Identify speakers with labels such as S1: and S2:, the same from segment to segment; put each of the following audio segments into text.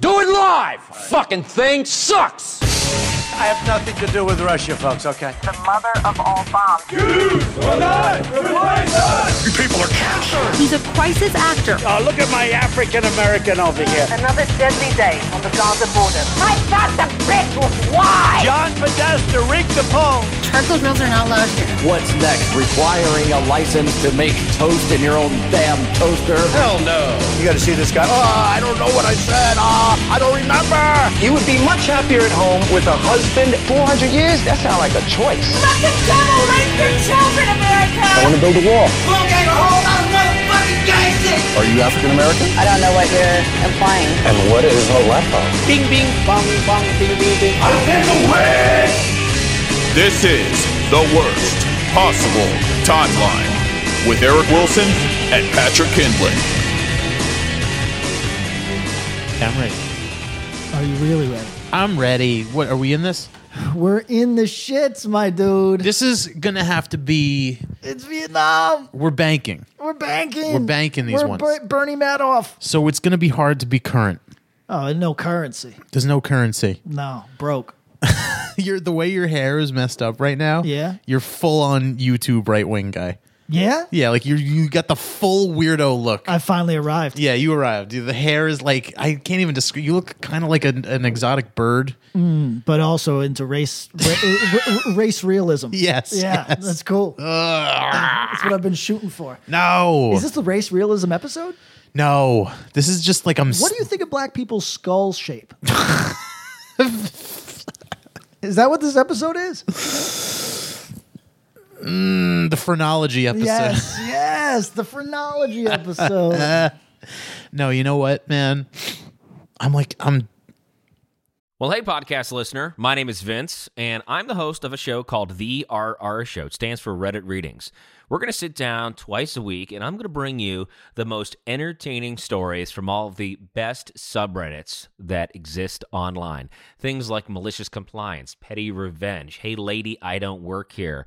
S1: Do it live! Fucking thing sucks!
S2: I have nothing to do with Russia, folks, okay?
S3: the mother of all bombs.
S4: He's a crisis actor.
S2: Oh, look at my African American over here.
S3: Another deadly day on the Gaza border. My God, the bitch was why?
S2: John Podesta rigged the poll.
S4: Charcoal grills are not allowed here.
S5: What's next? Requiring a license to make toast in your own damn toaster? Hell no.
S2: You gotta see this guy. Oh,
S5: I don't know what I said. Ah, I don't remember.
S6: You would be much happier at home with a husband. 400 years? That sounds like a choice.
S3: Fucking devil rape your children,
S5: I
S3: America!
S5: want to build a wall.
S3: I
S5: Are you African American?
S3: don't know what you're implying.
S5: And what is a laptop?
S6: Bing, bing, bong, bong, bing, bing, bing.
S7: This is the worst possible timeline with Eric Wilson and Patrick Kindlin.
S8: I'm ready.
S9: Are you really ready?
S8: I'm ready. What are we in this?
S9: We're in the shits, my dude.
S8: This is gonna have to be.
S9: it's Vietnam.
S8: We're banking,
S9: We're banking.
S8: We're banking these
S9: We're
S8: ones.
S9: Ber- Bernie Madoff.
S8: so it's gonna be hard to be current.
S9: Oh, and no currency.
S8: There's no currency.
S9: No, broke.
S8: You're the way your hair is messed up right now.
S9: Yeah.
S8: Oh, you're full on YouTube right wing guy.
S9: Yeah?
S8: Yeah, like you you got the full weirdo look.
S9: I finally arrived.
S8: yeah, you arrived. The hair is like I can't even describe. You look kind of like an, an exotic bird.
S9: But also into race ra- r- r- race realism.
S8: Yes,
S9: Yeah,
S8: yes.
S9: that's cool.
S8: Ugh.
S9: That's what I've been shooting for.
S8: No,
S9: Is this the race realism episode?
S8: no. This is just like I'm.
S9: What do you think of black people's skull shape? is that what this episode is?
S8: the phrenology episode?
S9: Yes, yes, the phrenology episode.
S8: No, you know what, man? I'm like I'm
S1: Well, hey, podcast listener. My name is Vince, and I'm the host of a show called The RR Show. It stands for Reddit Readings. We're going to sit down twice a week, and I'm going to bring you the most entertaining stories from all of the best subreddits that exist online. Things like malicious compliance, petty revenge, hey, lady, I don't work here.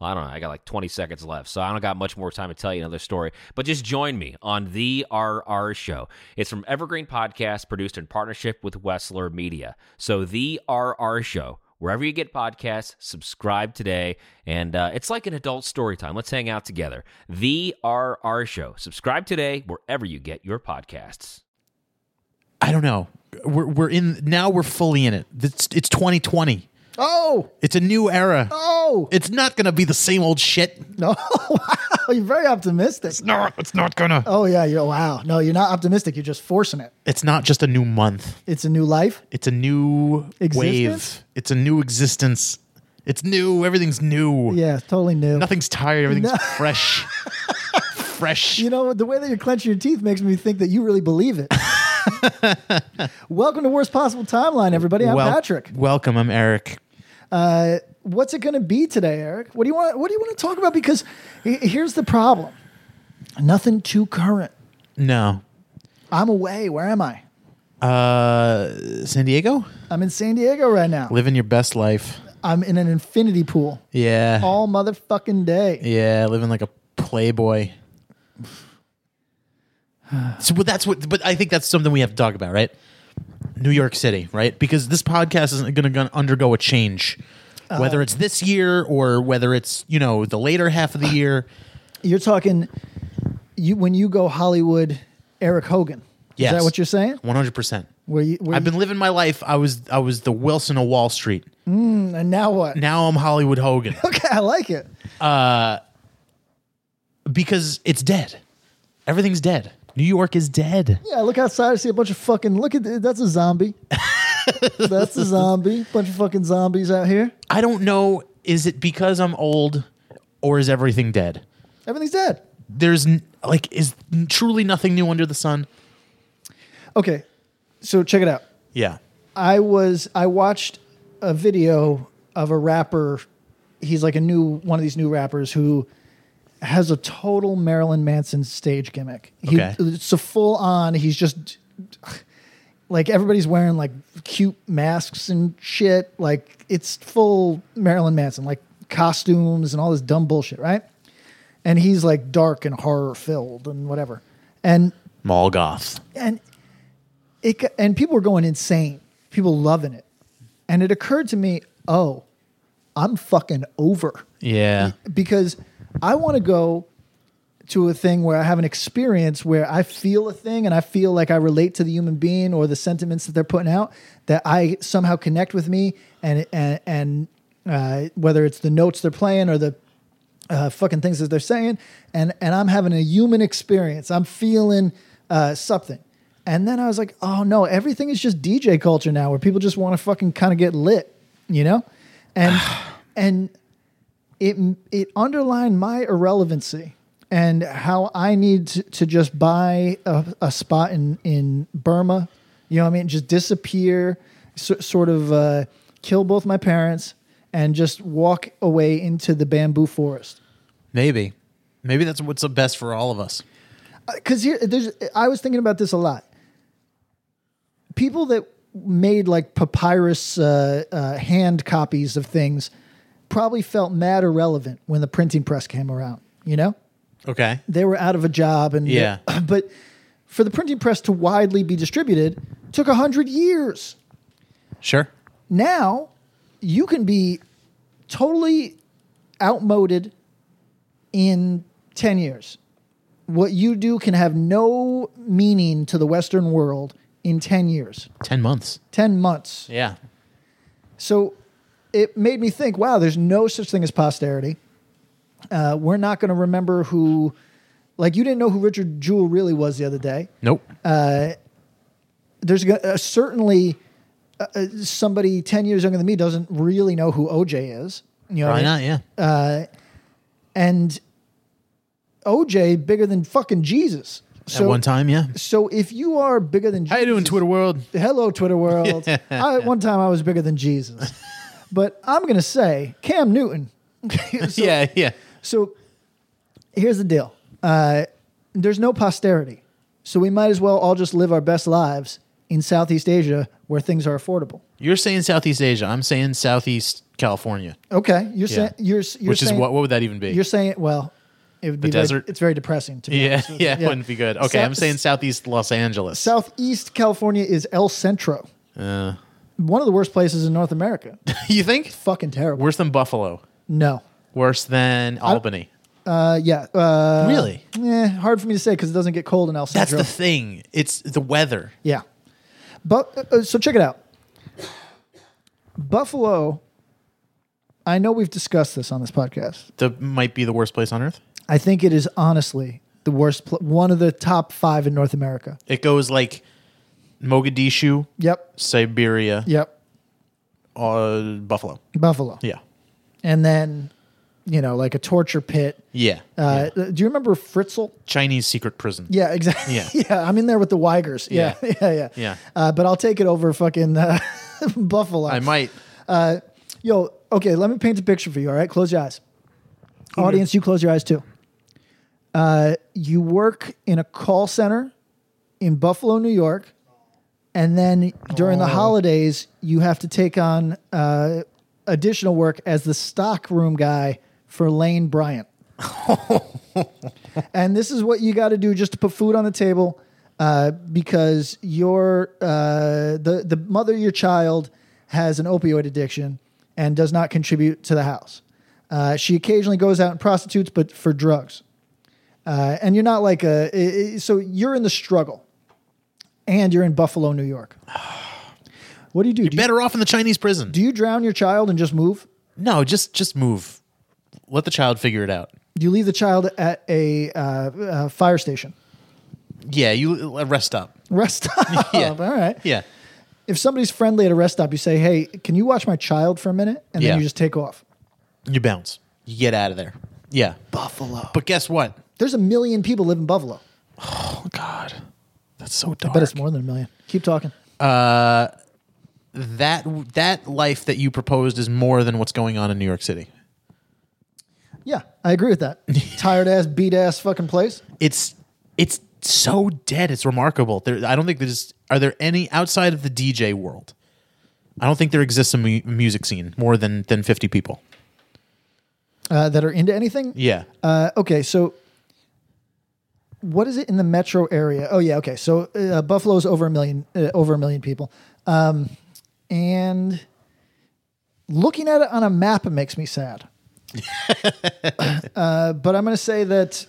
S1: I don't know, I got like 20 seconds left, so I don't got much more time to tell you another story. But just join me on The RR Show. It's from Evergreen Podcast, produced in partnership with Wessler Media. So, The RR Show, wherever you get podcasts, subscribe today. And uh, it's like an adult story time. Let's hang out together. The RR Show. Subscribe today, wherever you get your podcasts.
S8: I don't know. We're we're in now we're fully in it. It's it's 2020.
S9: oh,
S8: It's a new era.
S9: oh,
S8: It's not going to be the same old shit.
S9: no! wow, you're very optimistic.
S8: No, it's not going to.
S9: Oh yeah, you're wow. No, you're not optimistic. You're just forcing it.
S8: It's not just a new month.
S9: It's a new life.
S8: It's a new
S9: Existence?
S8: wave. It's a new existence. It's new. Everything's new.
S9: Yeah, totally new.
S8: Nothing's tired. Everything's
S9: No.
S8: fresh. fresh.
S9: You know, the way that you're clenching your teeth makes me think that you really believe it. Welcome to Worst Possible Timeline, everybody. I'm
S8: Wel-
S9: Patrick.
S8: Welcome. I'm Eric.
S9: Uh, what's it going to be today, Eric? What do you want? What do you want to talk about? Because he- here's the problem: nothing too current.
S8: No.
S9: I'm away. Where am I?
S8: Uh, San Diego?
S9: I'm in San Diego right now.
S8: Living your best life.
S9: I'm in an infinity pool
S8: Yeah.
S9: all motherfucking day.
S8: Yeah, living like a playboy. so, but that's what. But I think that's something we have to talk about, right? New York City, right? Because this podcast isn't going to undergo a change,
S9: Uh,
S8: whether it's this year or whether it's you know the later half
S9: Uh,
S8: of the year.
S9: You're talking you when you go Hollywood, Eric Hogan. Is
S8: Yes.
S9: that what you're saying?
S8: One hundred percent.
S9: Where you? Where
S8: I've been living my life. I was I was the Wilson of Wall Street.
S9: Mm, and now what?
S8: Now I'm Hollywood Hogan.
S9: Okay, I like it.
S8: Uh, because it's dead. Everything's dead. New York is dead.
S9: Yeah, I look outside. I see a bunch of fucking. Look at th- that's a zombie. that's a zombie. Bunch of fucking zombies out here.
S8: I don't know. Is it because I'm old, or is everything dead?
S9: Everything's dead.
S8: There's n- like is n- truly nothing new under the sun.
S9: Okay, so check it out.
S8: Yeah.
S9: I was I watched a video of a rapper. He's like a new one of these new rappers who has a total Marilyn Manson stage gimmick. He,
S8: Okay.
S9: It's a full on. He's just like everybody's wearing like cute masks and shit. Like it's full Marilyn Manson, like costumes and all this dumb bullshit, right? And he's like dark and horror filled and whatever. And
S8: Mall goth.
S9: and it g- and people were going insane. People loving it. And it occurred to me, oh, I'm fucking over
S8: Yeah.
S9: because I want to go to a thing where I have an experience where I feel a thing and I feel like I relate to the human being or the sentiments that they're putting out that I somehow connect with me and and and uh, whether it's the notes they're playing or the uh, fucking things that they're saying and and I'm having a human experience. I'm feeling uh, something. And then I was like, oh no, everything is just DJ culture now where people just want to fucking kind of get lit, you know? And and it it underlined my irrelevancy and how I need to, to just buy a, a spot in in Burma, you know what I mean? Just disappear, so, sort of uh, kill both my parents, and just walk away into the bamboo forest.
S8: Maybe. Maybe that's what's the best for all of us.
S9: Because Uh, here, there's I was thinking about this a lot. People that made like papyrus uh, uh, hand copies of things probably felt mad irrelevant when the printing press came around. You know.
S8: Okay.
S9: they were out of a job and
S8: Yeah.
S9: but for the printing press to widely be distributed took 100 years
S8: Sure.
S9: now you can be totally outmoded in 10 years what you do can have no meaning to the western world in 10 years
S8: 10 months.
S9: 10 months
S8: Yeah.
S9: so it made me think, wow, there's no such thing as posterity. Uh, we're not going to remember who, like, you didn't know who Richard Jewell really was the other day.
S8: Nope.
S9: Uh, there's go- uh, certainly uh, uh, somebody 10 years younger than me doesn't really know who OJ is. You know what
S8: Probably
S9: I
S8: not.
S9: mean?
S8: Yeah.
S9: Uh, and OJ bigger than fucking Jesus.
S8: At one time, yeah.
S9: So if you are bigger than Jesus, how you doing,
S8: Twitter world?
S9: Hello, Twitter world. I, one time I was bigger than Jesus, but I'm gonna say Cam Newton.
S8: yeah, yeah.
S9: So here's the deal: uh, there's no posterity, so we might as well all just live our best lives in Southeast Asia where things are affordable.
S8: You're saying Southeast Asia. I'm saying Southeast California.
S9: Okay, you're
S8: Yeah.
S9: saying you're, you're
S8: Which is
S9: saying-
S8: what- what would that even be?
S9: You're saying well, it would
S8: The
S9: be very-
S8: desert?
S9: it's very depressing to be
S8: Yeah,
S9: honest with you.
S8: yeah, it wouldn't be good. Okay,
S9: Sou-
S8: I'm saying Southeast Los Angeles.
S9: Southeast California is El Centro,
S8: Uh,
S9: one of the worst places in North America.
S8: you think?
S9: Fucking terrible.
S8: Worse than Buffalo.
S9: No.
S8: Worse than Albany.
S9: Uh, yeah. Uh,
S8: Really?
S9: Yeah. Hard for me to say because it doesn't get cold in El
S8: That's
S9: Centro.
S8: the thing. It's the weather.
S9: Yeah. But uh, so check it out. Buffalo. I know we've discussed this on this podcast.
S8: That might be the worst place on earth.
S9: I think it is honestly the worst, pl- one of the top five in North America.
S8: It goes like Mogadishu.
S9: Yep.
S8: Siberia.
S9: Yep.
S8: Uh, Buffalo.
S9: Buffalo.
S8: Yeah.
S9: And then, you know, like a torture pit.
S8: Yeah.
S9: Uh, Do you remember Fritzl?
S8: Chinese secret prison.
S9: Yeah, exactly.
S8: Yeah.
S9: Yeah. I'm in there with the Weigers. Yeah, yeah, yeah. yeah.
S8: Yeah.
S9: Uh, but I'll take it over fucking uh, Buffalo.
S8: I might.
S9: Uh, yo, okay, let me paint a picture for you. All right, close your eyes. Audience, you close your eyes too. Uh, you work in a call center in Buffalo, New York, and then during
S8: Oh.
S9: the holidays, you have to take on uh, additional work as the stockroom guy for Lane Bryant. and this is what you got to do just to put food on the table uh, because your uh, the the mother of your child has an opioid addiction and does not contribute to the house. Uh, she occasionally goes out and prostitutes, but for drugs. Uh, and you're not like a i- i- so you're in the struggle. and you're in Buffalo, New York. What do you do? You're
S8: better off in the Chinese prison.
S9: Do you drown your child and just move?
S8: No, just just move. Let the child figure it out.
S9: Do you leave the child at a uh, uh, fire station?
S8: Yeah, you uh, rest up.
S9: Rest stop.
S8: Yeah.
S9: All right.
S8: Yeah.
S9: If somebody's friendly at a rest stop, you say, "Hey, can you watch my child for a minute?" And
S8: Yeah.
S9: then you just take off.
S8: You bounce. You get out of there. Yeah.
S9: Buffalo.
S8: But guess what?
S9: There's a million people live in Buffalo.
S8: Oh, That's so dark.
S9: I bet it's more than a million. Keep talking.
S8: Uh, that that life that you proposed is more than what's going on in New York City.
S9: Yeah, I agree with that. Tired ass, beat ass, fucking place.
S8: It's it's so dead. It's remarkable. There, I don't think there's are there any outside of the DJ world. I don't think there exists a mu- music scene more than than fifty people.
S9: uh, that are into anything.
S8: Yeah.
S9: Uh, okay, so what is it in the metro area? Oh yeah, okay. So uh, Buffalo's over a million, uh, over a million people, um, and looking at it on a map makes me sad. uh, but I'm going to say that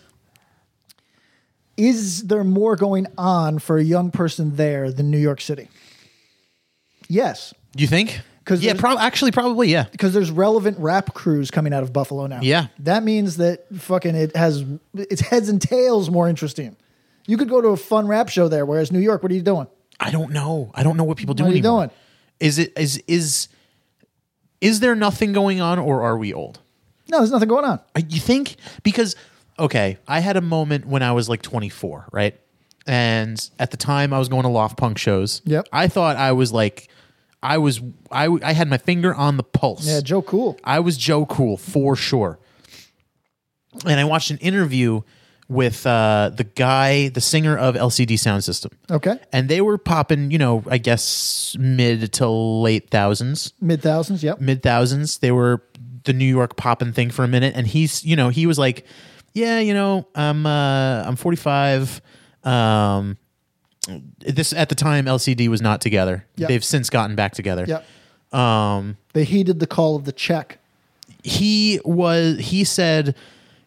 S9: is there more going on for a young person there than New York City? Yes,
S8: You think?
S9: because
S8: yeah, prob- actually probably yeah.
S9: because there's relevant rap crews coming out of Buffalo now.
S8: Yeah.
S9: That means that fucking it has its heads and tails more interesting. You could go to a fun rap show there, whereas New York, what are you doing?
S8: I don't know. I don't know what people do
S9: What are you
S8: anymore.
S9: doing?
S8: Is it is is is there nothing going on or are we old?
S9: No, there's nothing going on.
S8: Uh, You think? Because okay, I had a moment when I was like 24, right? And at the time, I was going to loft punk shows. Yep. I thought I was like, I was, I, w- I had my finger on the pulse.
S9: Yeah, Joe Cool.
S8: I was Joe Cool for sure. And I watched an interview with uh, the guy, the singer of LCD Sound System,
S9: Okay.
S8: and they were popping, you know, I guess mid to late thousands
S9: Mid thousands, yep.
S8: mid thousands. They were the New York poppin' thing for a minute, and he's you know he was like, yeah, you know, I'm uh, I'm 45. Um, this at the time LCD was not together.
S9: Yep.
S8: They've since gotten back together.
S9: Yep.
S8: Um,
S9: They heeded the call of the check.
S8: he was he said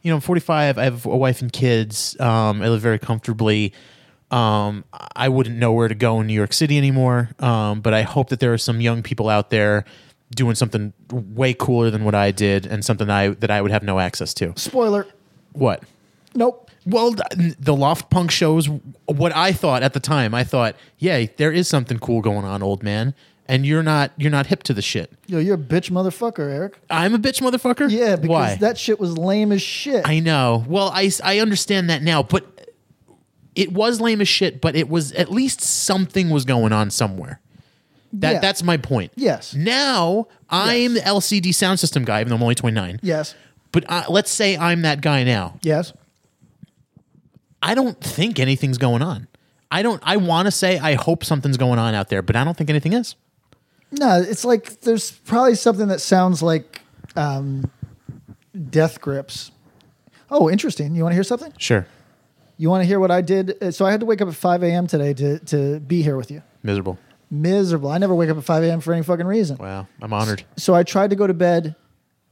S8: you know i'm 45 i have a wife and kids um, i live very comfortably um, i wouldn't know where to go in new york city anymore um, but i hope that there are some young people out there doing something way cooler than what i did and something i that i would have no access to
S9: Spoiler.
S8: what
S9: Nope.
S8: well th- the loft punk shows what i thought at the time i thought yeah there is something cool going on old man and you're not you're not hip to the shit
S9: Yo, you're a bitch motherfucker, Eric.
S8: i'm a bitch motherfucker
S9: Yeah, because
S8: Why?
S9: that shit was lame as shit.
S8: I know. Well, I, I understand that now, but it was lame as shit, but it was at least something was going on somewhere. That
S9: Yeah.
S8: that's my point.
S9: Yes.
S8: Now I'm the LCD sound system guy, even though I'm only 29.
S9: Yes.
S8: But uh, let's say I'm that guy now.
S9: Yes.
S8: I don't think anything's going on. I don't. I want to say I hope something's going on out there, but I don't think anything is.
S9: No, it's like there's probably something that sounds like um, death grips. Oh, interesting. You want to hear something?
S8: Sure.
S9: You want to hear what I did? Uh, So I had to wake up at 5 a.m. today to, to be here with you.
S8: Miserable.
S9: Miserable. I never wake up at 5 a.m. for any fucking reason.
S8: Wow. I'm honored.
S9: So I tried to go to bed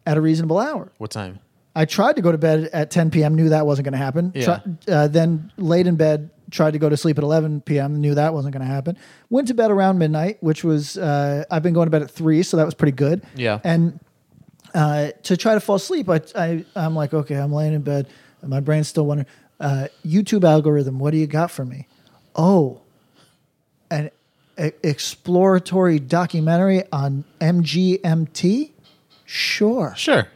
S9: at a reasonable hour.
S8: What time?
S9: I tried to go to bed at 10 p.m., knew that wasn't going to happen.
S8: Yeah.
S9: Tri- uh, then laid in bed, tried to go to sleep at 11 p.m., knew that wasn't going to happen. Went to bed around midnight, which was, uh, I've been going to bed at 3, so that was pretty good.
S8: Yeah.
S9: And uh, to try to fall asleep, I, I, I'm like, okay, I'm laying in bed. and My brain's still wondering, uh, YouTube algorithm, what do you got for me? Oh, an e- exploratory documentary on MGMT? Sure.
S8: Sure.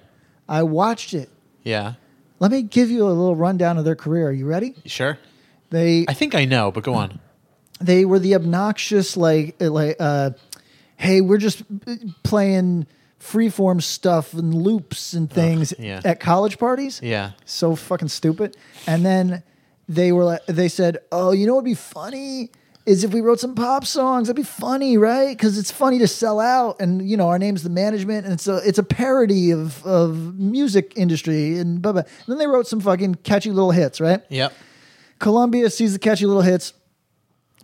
S9: I watched it.
S8: Yeah.
S9: Let me give you a little rundown of their career. Are you ready?
S8: Sure.
S9: They
S8: I think I know, but go on.
S9: they were the obnoxious like uh, like uh hey, we're just uh, playing freeform stuff and loops and things
S8: yeah.
S9: at college parties.
S8: Yeah.
S9: So fucking stupid. And then they were like they said, "Oh, you know what'd be funny?" Is if we wrote some pop songs, that'd be funny, right? Because it's funny to sell out, and you know our name's the management, and it's a it's a parody of of music industry and blah blah. And then they wrote some fucking catchy little hits, right?
S8: Yep.
S9: Columbia sees the catchy little hits,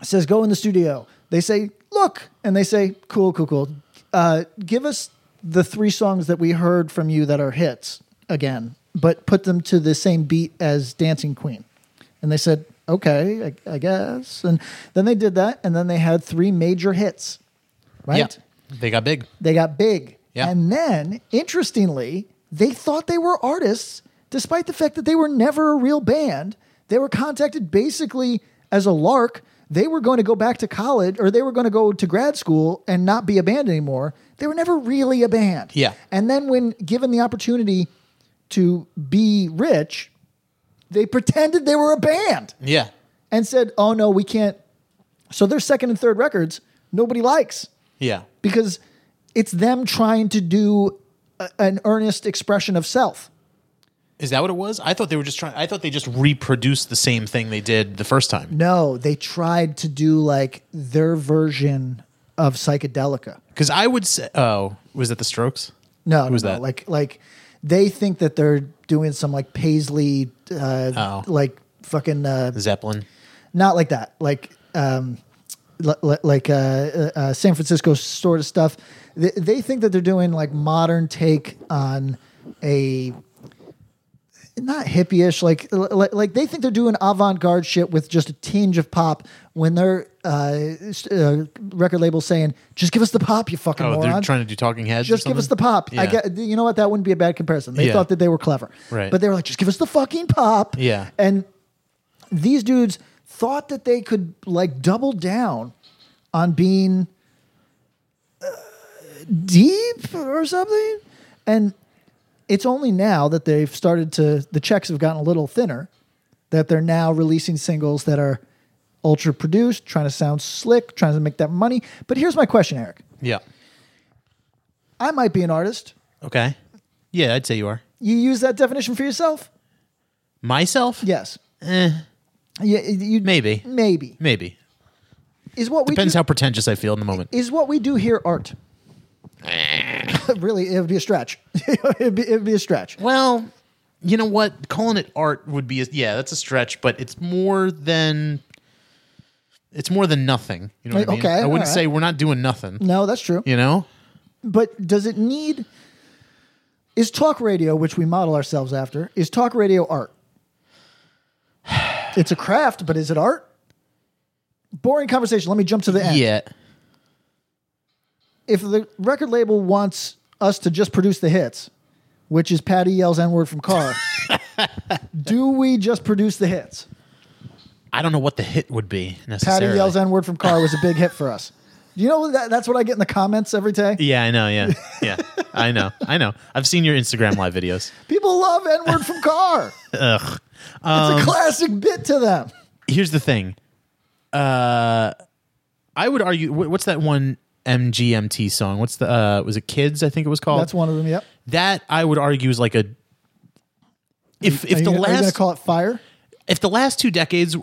S9: says, go in the studio. They say, look. And they say, cool, cool, cool. Uh, give us the three songs that we heard from you that are hits again, but put them to the same beat as Dancing Queen. And they said, okay, I, I guess. And then they did that, and then they had three major hits, right?
S8: Yeah. They got big.
S9: They got big. And then, interestingly, they thought they were artists, despite the fact that they were never a real band. They were contacted basically as a lark. They were going to go back to college or they were going to go to grad school and not be a band anymore. They were never really a band.
S8: Yeah.
S9: And then, when given the opportunity to be rich, they pretended they were a band
S8: Yeah.
S9: and said, oh no, we can't. So, their second and third records, nobody likes
S8: Yeah.
S9: because it's them trying to do a, an earnest expression of self.
S8: Is that what it was? I thought they were just trying. I thought they just reproduced the same thing they did the first time.
S9: No, they tried to do like their version of psychedelica.
S8: Because I would say, oh, was that the Strokes?
S9: No,
S8: Who was
S9: no, no.
S8: that?
S9: Like, like they think that they're doing some like Paisley, uh,
S8: Oh.
S9: like fucking uh,
S8: Zeppelin.
S9: not like that like um li- li- like uh, uh, uh san francisco sort of stuff they, they think that they're doing like modern take on a not hippie-ish like li- li- like they think they're doing avant-garde shit with just a tinge of pop when their uh, s- uh record label saying just give us the pop you fucking
S8: Oh,
S9: moron
S8: they're trying to do Talking Heads. or
S9: just give us the
S8: something?
S9: pop i
S8: Yeah.
S9: get you know what that wouldn't be a bad comparison they
S8: Yeah.
S9: thought that they were clever
S8: Right.
S9: but they were like just give us the fucking pop
S8: Yeah.
S9: and these dudes thought that they could like double down on being uh, deep or something. And it's only now that they've started to, the checks have gotten a little thinner, that they're now releasing singles that are ultra produced, trying to sound slick, trying to make that money. But here's my question, Eric
S8: Yeah.
S9: I might be an artist.
S8: Okay. Yeah, I'd say you are.
S9: You use that definition for yourself?
S8: Myself?
S9: Yes.
S8: Eh.
S9: Yeah, you
S8: maybe.
S9: Maybe.
S8: Maybe.
S9: Is what we
S8: Depends
S9: do-
S8: how pretentious I feel in the moment.
S9: is what we do here art? really, it would be a stretch. it'd, be, it'd be a stretch.
S8: Well, you know what? Calling it art would be a, yeah, that's a stretch, but it's more than it's more than nothing. You know what I mean?
S9: Okay,
S8: I wouldn't
S9: all right.
S8: say we're not doing nothing.
S9: No, that's true.
S8: You know?
S9: But does it need? Is talk radio, which we model ourselves after, is talk radio art? it's a craft, but is it art? Boring conversation. Let me jump to the end.
S8: Yeah.
S9: If the record label wants us to just produce the hits, which is Patty yells N word from car, do we just produce the hits?
S8: I don't know what the hit would be necessarily.
S9: Patty yells N word from car was a big hit for us. You know that, that's what I get in the comments every day.
S8: Yeah, I know. Yeah, yeah, I know. I know. I've seen your Instagram live videos.
S9: People love N word from car.
S8: Ugh.
S9: it's
S8: Um,
S9: a classic bit to them.
S8: here's the thing. Uh, I would argue. wh- What's that one MGMT song? What's the? Uh, was it Kids? I think it was called.
S9: That's one of them. Yep.
S8: That I would argue is like a. If if the
S9: are you, are you gonna
S8: last
S9: call it fire,
S8: if the last two decades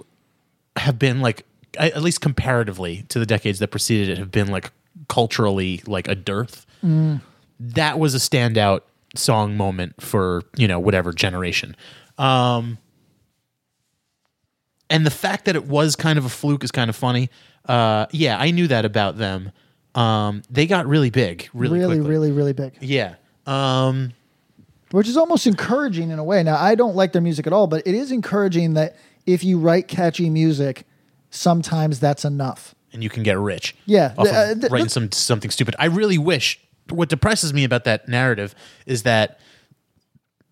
S8: have been like I- at least comparatively to the decades that preceded it have been like culturally like a dearth that was a standout song moment for you know whatever generation um and the fact that it was kind of a fluke is kind of funny uh yeah i knew that about them um they got really big really
S9: really, really,
S8: quickly.
S9: really, big,
S8: yeah um
S9: which is almost encouraging in a way. Now I don't like their music at all, but it is encouraging that if you write catchy music, sometimes that's enough.
S8: and you can get rich.
S9: Yeah,
S8: off
S9: th-
S8: of
S9: uh, th-
S8: writing
S9: look-
S8: some something stupid. I really wish. What depresses me about that narrative is that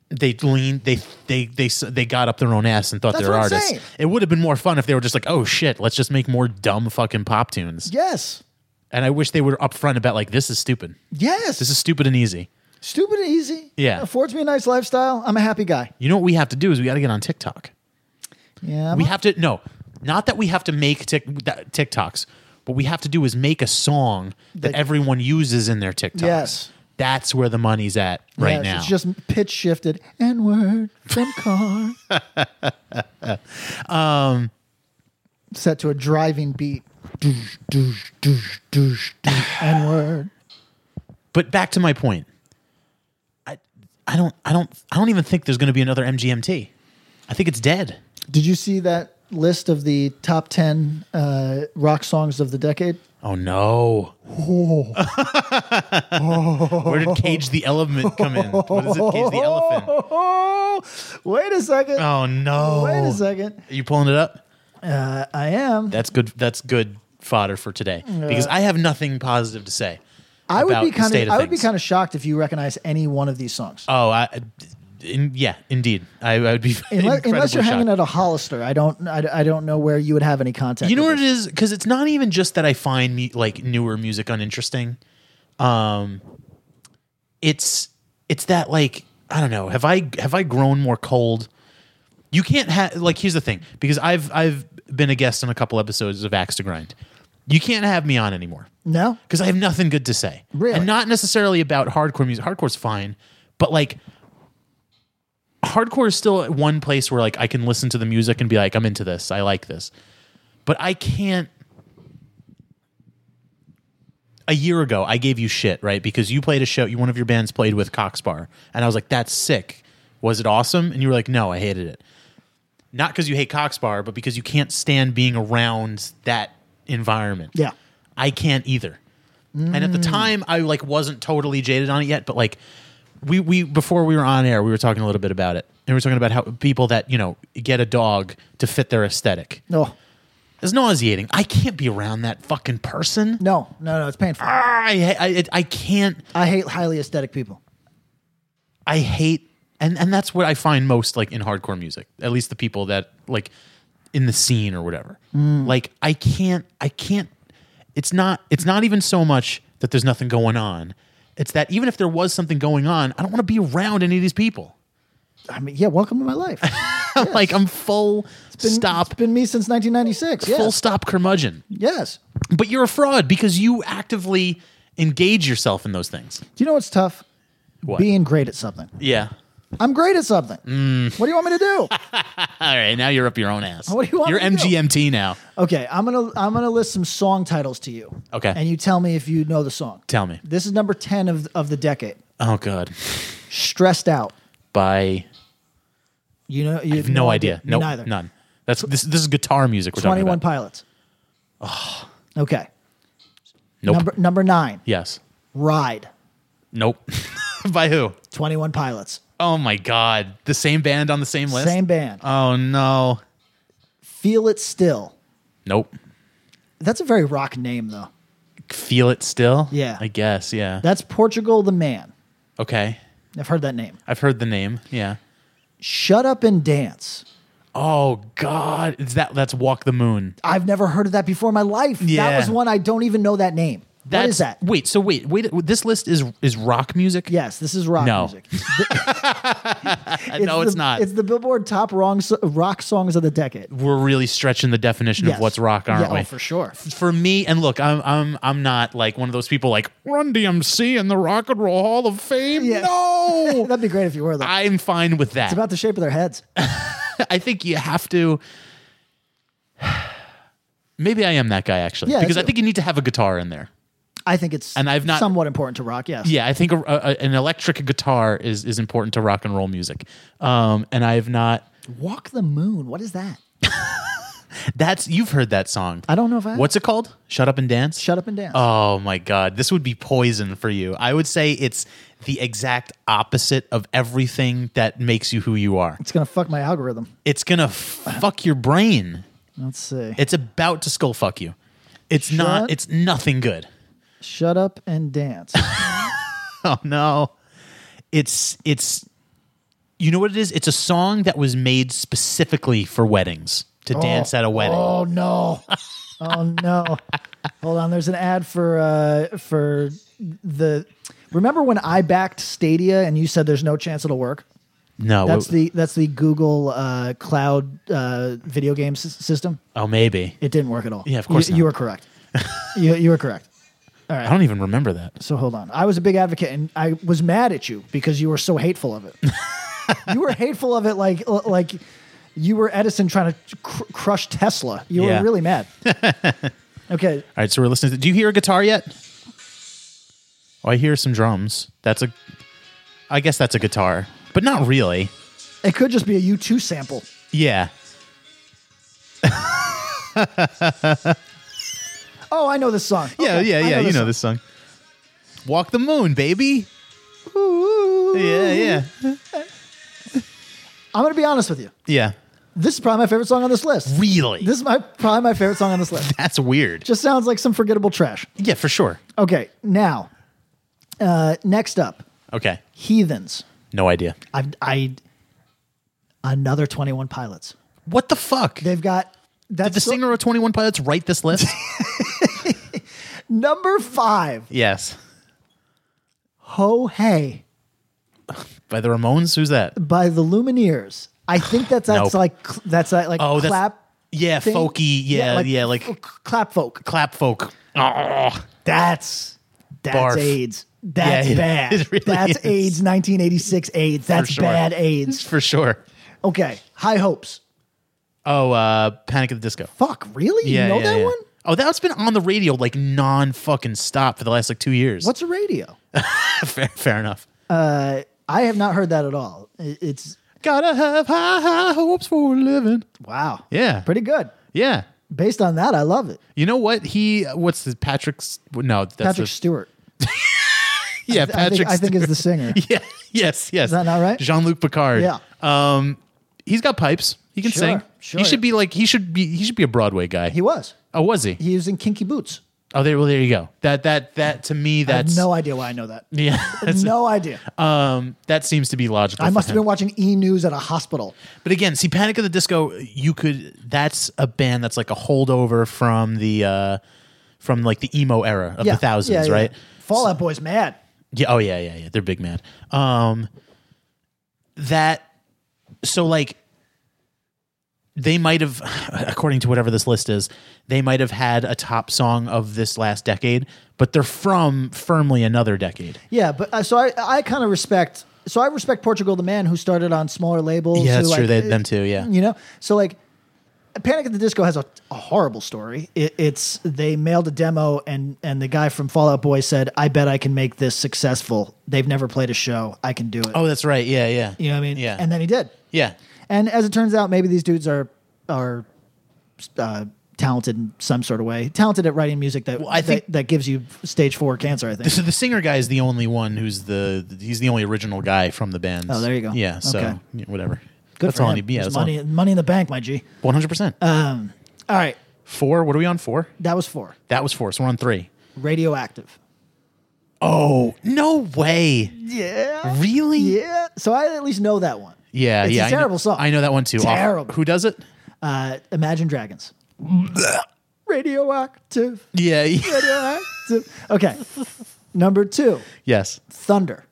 S8: they leaned, they they they s- they got up their own ass and thought
S9: That's
S8: they were
S9: what I'm
S8: artists.
S9: saying.
S8: It would have been more fun if they were just like, oh shit, let's just make more dumb fucking pop tunes.
S9: Yes,
S8: And I wish they were upfront about like this is stupid.
S9: yes.
S8: This is stupid and easy.
S9: Stupid and easy.
S8: Yeah.
S9: Affords me a nice lifestyle. I'm a happy guy.
S8: You know what we have to do is we got to get on TikTok.
S9: Yeah. I'm
S8: we
S9: a-
S8: have to no, not that we have to make tic, that, TikToks. What we have to do is make a song that
S9: That-
S8: everyone uses in their TikToks.
S9: Yes.
S8: That's where the money's at right
S9: yes,
S8: now.
S9: It's just pitch shifted. N word from car.
S8: um,
S9: set to a driving beat. Doosh, doosh, doosh, doosh, doosh. N word.
S8: but back to my point. I, I don't, I don't, I don't even think there's going to be another MGMT. I think it's dead.
S9: Did you see that list of the top 10 uh, rock songs of the decade?
S8: Oh no! Where did Cage the Elephant come in? What is it? Cage the Elephant.
S9: Wait a second.
S8: Oh no!
S9: Wait a second.
S8: Are you pulling it up?
S9: Uh, I am.
S8: That's good. That's good fodder for today because
S9: Yeah.
S8: I have nothing positive to say.
S9: I would
S8: about
S9: be
S8: the
S9: kind
S8: state
S9: of. I would be
S8: things.
S9: kind of shocked if you recognize any one of these songs,
S8: Oh, I, in, yeah, indeed. I, I would be
S9: unless, unless you're
S8: incredibly
S9: hanging at a Hollister. I don't. I, I don't know where you would have any contact.
S8: You know what it is? Because it's not even just that I find mu- like newer music uninteresting. Um, it's it's that like I don't know. Have I have I grown more cold? You can't have like here's the thing because I've I've been a guest on a couple episodes of Axe to Grind. You can't have me on anymore.
S9: No,
S8: because I have nothing good to say. Really, and not necessarily about hardcore music. Hardcore's fine, but like hardcore is still one place where like I can listen to the music and be like, I'm into this. I like this. But I can't. A year ago, I gave you shit, right? Because you played a show, you one of your bands played with Coxbar, and I was like, "That's sick." Was it awesome? And you were like, "No, I hated it." Not because you hate Coxbar, but because you can't stand being around that environment.
S9: Yeah,
S8: I can't either. And at the time, I like wasn't totally jaded on it yet, but like we we before we were on air, we were talking a little bit about it, and we were talking about how people that you know get a dog to fit their aesthetic.
S9: No,
S8: it's nauseating. I can't be around that fucking person.
S9: No, no, no. It's painful.
S8: Ah, I I it- I can't.
S9: I hate highly aesthetic people.
S8: I hate, and and that's what I find most like in hardcore music. At least the people that like in the scene or whatever.
S10: Mm.
S8: Like I can't. I can't. It's not. It's not even so much that there's nothing going on. It's that even if there was something going on, I don't want to be around any of these people.
S9: I mean, yeah. Welcome to my life.
S8: like I'm full. stop. It's
S9: been me since 1996.
S8: Full stop curmudgeon.
S9: Yes.
S8: But you're a fraud because you actively engage yourself in those things.
S9: Do you know what's tough?
S8: What?
S9: Being great at something.
S8: Yeah.
S9: I'm great at something.
S8: Mm.
S9: What do you want me to do?
S8: All right, now you're up your own ass.
S9: What do you want
S8: You're
S9: me to do?
S8: MGMT now.
S9: Okay, I'm gonna I'm gonna list some song titles to you.
S8: Okay.
S9: And you tell me if you know the song.
S8: Tell me.
S9: This is number ten of of the decade.
S8: Oh God.
S9: Stressed out.
S8: By
S9: You know. You
S8: I have no idea.
S9: Me
S8: No,
S9: neither.
S8: none. That's this. This is guitar music. We're
S9: Twenty
S8: talking
S9: One
S8: about.
S9: Pilots. Okay.
S8: Nope.
S9: Number number nine.
S8: yes.
S9: Ride.
S8: Nope. By who?
S9: Twenty One Pilots.
S8: Oh my God. The same band on the same list.
S9: Same band.
S8: Oh no.
S9: Feel it still.
S8: Nope.
S9: That's a very rock name though.
S8: Feel it still.
S9: Yeah.
S8: I guess. Yeah.
S9: That's Portugal the Man.
S8: okay.
S9: I've heard that name.
S8: I've heard the name. Yeah.
S9: Shut up and dance.
S8: Oh God. Is that that's Walk the Moon?
S9: I've never heard of that before in my life. That
S8: Yeah.
S9: was one I don't even know that name.
S8: That's,
S9: what is that?
S8: Wait. So wait. Wait. This list is is rock music.
S9: Yes. This is rock
S8: no.
S9: music.
S8: Uh, no,
S9: the-
S8: it's not.
S9: It's the Billboard top wrong so- rock songs of the decade.
S8: we're really stretching the definition
S9: Yes.
S8: of what's rock, aren't
S9: Yeah, oh,
S8: we?
S9: for sure.
S8: For me, and look, I'm I'm I'm not like one of those people like Run DMC in the Rock and Roll Hall of Fame. No,
S9: that'd be great if you were though.
S8: I'm fine with that.
S9: It's about the shape of their heads.
S8: I think you have to. Maybe I am that guy actually,
S9: Yeah,
S8: because I
S9: that's
S8: think you need to have a guitar in there.
S9: I think it's
S8: And I've not-
S9: somewhat important to rock. Yes.
S8: Yeah, I think a, a, an electric guitar is is important to rock and roll music. Um, and I've not.
S9: Walk the moon. What is that?
S8: That's you've heard that song.
S9: I don't know if I have.
S8: What's it called? Shut up and dance.
S9: Shut up and dance.
S8: Oh my god, this would be poison for you. I would say it's the exact opposite of everything that makes you who you are.
S9: It's gonna fuck my algorithm.
S8: It's gonna fuck your brain.
S9: Let's see.
S8: It's about to skull fuck you. It's not.
S9: Shut-
S8: It's nothing good.
S9: Shut up and dance.
S8: Oh no. It's it's. You know what it is? It's a song that was made specifically for weddings to
S9: Oh.
S8: dance at a wedding.
S9: Oh no. Oh no. Hold on. There's an ad for uh for the. Remember when I backed Stadia and you said there's no chance it'll work?
S8: No,
S9: that's
S8: it-
S9: the that's the Google uh, cloud uh, video game s- system.
S8: Oh, maybe.
S9: It didn't work at all.
S8: Yeah, of course
S9: You, you were correct. you, you were correct. All right.
S8: I don't even remember that.
S9: So hold on. I was a big advocate, and I was mad at you because you were so hateful of it. you were hateful of it, like like you were Edison trying to cr- crush Tesla. You
S8: Yeah.
S9: were really mad. okay,
S8: All right, so we're listening. To, do you hear a guitar yet? Oh, I hear some drums. That's a, I guess that's a guitar, but not really.
S9: it could just be a U two sample.
S8: Yeah.
S9: Oh, I know this song.
S8: Yeah,
S9: Okay,
S8: yeah,
S9: I
S8: yeah. you know
S9: song.
S8: this song. Walk the moon, baby. Yeah, yeah,
S9: I'm gonna be honest with you.
S8: yeah.
S9: This is probably my favorite song on this list.
S8: Really?
S9: This is my probably my favorite song on this list.
S8: That's weird.
S9: Just sounds like some forgettable trash.
S8: Yeah, for sure.
S9: Okay, now, uh, next up,
S8: Okay.
S9: Heathens.
S8: No idea.
S9: I, I another Twenty One Pilots.
S8: What the fuck?
S9: They've got that's
S8: Did the singer of 21 Pilots write this list?
S9: number five.
S8: yes.
S9: Ho hey
S8: By the Ramones? Who's that?
S9: by the Lumineers. I think that's
S8: Nope.
S9: that's like cl- that's like, like
S8: Oh, that's-
S9: clap.
S8: Yeah,
S9: thing?
S8: folky. Yeah, yeah, like,
S9: f- clap folk.
S8: clap folk. Oh,
S9: That's that's
S8: Barf.
S9: AIDS. That's
S8: Yeah, it-
S9: bad.
S8: it really
S9: that's
S8: is.
S9: AIDS. 1986 AIDS. That's
S8: sure.
S9: bad AIDS.
S8: for sure.
S9: Okay, high hopes.
S8: Oh, uh, Panic at the Disco.
S9: Fuck, really?
S8: Yeah,
S9: you know
S8: yeah,
S9: that
S8: yeah.
S9: one?
S8: Oh, that's been on the radio like non fucking stop for the last like two years.
S9: What's a radio?
S8: fair, fair enough?
S9: Uh, I have not heard that at all. I- It's
S8: Gotta have high, high hopes for a living.
S9: wow,
S8: Yeah,
S9: pretty good.
S8: yeah.
S9: Based on that, I love it.
S8: You know what? He what's his Patrick's? No, that's
S9: Patrick
S8: the-
S9: Stewart.
S8: yeah,
S9: I
S8: Patrick.
S9: think, I think is the singer.
S8: Stewart. yeah, yes, yes. Is
S9: that not right?
S8: Jean Luc Picard.
S9: Yeah.
S8: Um, he's got pipes. He can
S9: Sure,
S8: sing.
S9: sure.
S8: He should be like he should be he should be a Broadway guy.
S9: He was.
S8: oh, was he?
S9: He was in Kinky Boots.
S8: Oh, there. Well, there you go. That that that to me
S9: I have
S8: that's
S9: no idea why I know that.
S8: yeah. That's,
S9: no idea.
S8: um, that seems to be logical.
S9: I
S8: for
S9: must have
S8: him.
S9: been watching E News at a hospital.
S8: But again, see, Panic of the Disco, you could. That's a band that's like a holdover from the, uh from like the emo era of the thousands, right?
S9: Fallout Boy's mad.
S8: Yeah. Oh yeah, yeah, yeah. They're big man. Um, that. So like, they might have, according to whatever this list is, they might have had a top song of this last decade, but they're from firmly another decade.
S9: Yeah, but uh, so I, I kind of respect. So I respect Portugal the Man who started on smaller labels.
S8: Yeah,
S9: who,
S8: that's true.
S9: like, uh,
S8: They them too. Yeah.
S9: You know, so like, Panic at the Disco has a, a horrible story. It, it's they mailed a demo, and and the guy from Fallout Boy said, "I bet I can make this successful." They've never played a show. I can do it.
S8: Oh, that's right. Yeah, yeah.
S9: you know what I mean?
S8: Yeah.
S9: And then he did.
S8: yeah.
S9: And as it turns out, maybe these dudes are are uh, talented in some sort of way. Talented at writing music that
S8: I think-
S9: that, that gives you stage four cancer. I think.
S8: So the singer guy is the only one who's the he's the only original guy from the band.
S9: Oh, there you go.
S8: Yeah. So
S9: Okay.
S8: yeah, whatever.
S9: Good
S8: that's
S9: for
S8: all I
S9: him.
S8: need. Yeah, that's
S9: It's money, Uh, money in the bank, my G.
S8: One hundred percent.
S9: All right,
S8: Four. What are we on? Four.
S9: that was four.
S8: That was four. So we're on three.
S9: Radioactive.
S8: Oh no way!
S9: Yeah.
S8: Really?
S9: Yeah. So I at least know that one.
S8: Yeah.
S9: It's
S8: yeah,
S9: a
S8: I
S9: terrible
S8: know,
S9: song.
S8: I know that one too. Off-
S9: Terrible.
S8: Who does it?
S9: Uh, Imagine Dragons. Radioactive.
S8: Yeah. yeah.
S9: Radioactive. Okay. Number two,
S8: yes.
S9: Thunder.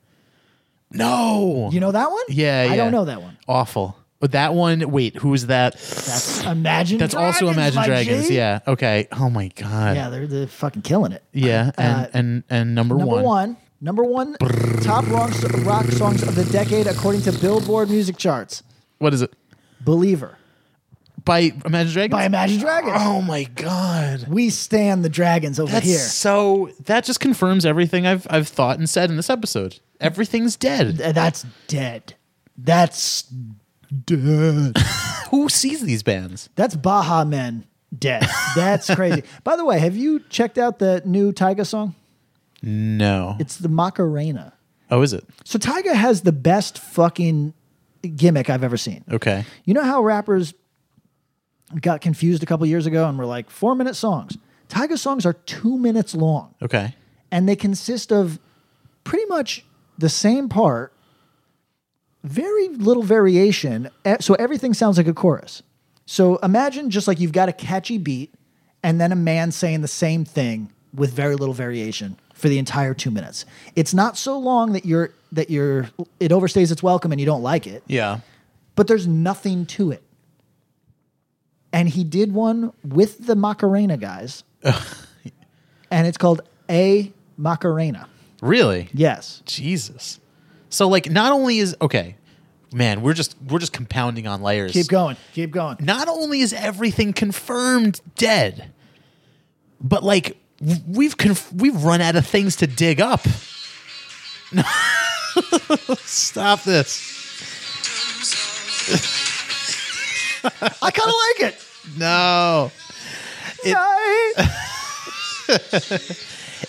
S8: No.
S9: You know that one?
S8: Yeah.
S9: I
S8: yeah.
S9: don't know that one.
S8: Awful. But that one. Wait. Who is that?
S9: That's Imagine.
S8: That's also
S9: Dragons,
S8: Imagine
S9: my
S8: Dragons.
S9: G.
S8: Yeah. Okay. Oh my god.
S9: Yeah, they're, they're fucking killing it.
S8: Yeah. And
S9: Uh,
S8: and and number,
S9: Number one.
S8: one.
S9: Number one top rock, rock songs of the decade according to Billboard music charts.
S8: What is it?
S9: Believer
S8: By Imagine Dragons.
S9: by Imagine Dragons.
S8: Oh my god.
S9: We stand the dragons over
S8: That's
S9: here.
S8: so that just confirms everything I've I've thought and said in this episode. Everything's dead.
S9: Th- That's dead. That's dead.
S8: Who sees these bands?
S9: That's Baja Men dead. That's crazy. By the way, have you checked out the new Tyga song?
S8: No.
S9: It's the Macarena.
S8: oh, is it?
S9: So Tyga has the best fucking gimmick I've ever seen.
S8: Okay.
S9: You know how rappers got confused a couple years ago and were like four minute songs? Tyga songs are two minutes long.
S8: Okay.
S9: and they consist of pretty much the same part, very little variation. e- So everything sounds like a chorus. So imagine just like you've got a catchy beat and then a man saying the same thing with very little variation for the entire two minutes. It's not so long that you're that you're it overstays its welcome and you don't like it,
S8: Yeah.
S9: but there's nothing to it. And he did one with the Macarena guys. and it's called A Macarena.
S8: Really?
S9: Yes.
S8: Jesus. So like not only is okay, man, we're just we're just compounding on layers.
S9: Keep going. Keep going.
S8: Not only is everything confirmed dead, but like w- we've conf- we've run out of things to dig up. Stop this.
S9: I kind of like it.
S8: No.
S9: Yay.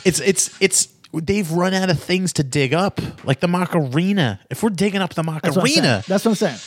S8: It's it's it's they've run out of things to dig up. Like the Macarena. If we're digging up the
S9: That's what I'm saying.
S8: Macarena,
S9: That's what I'm saying.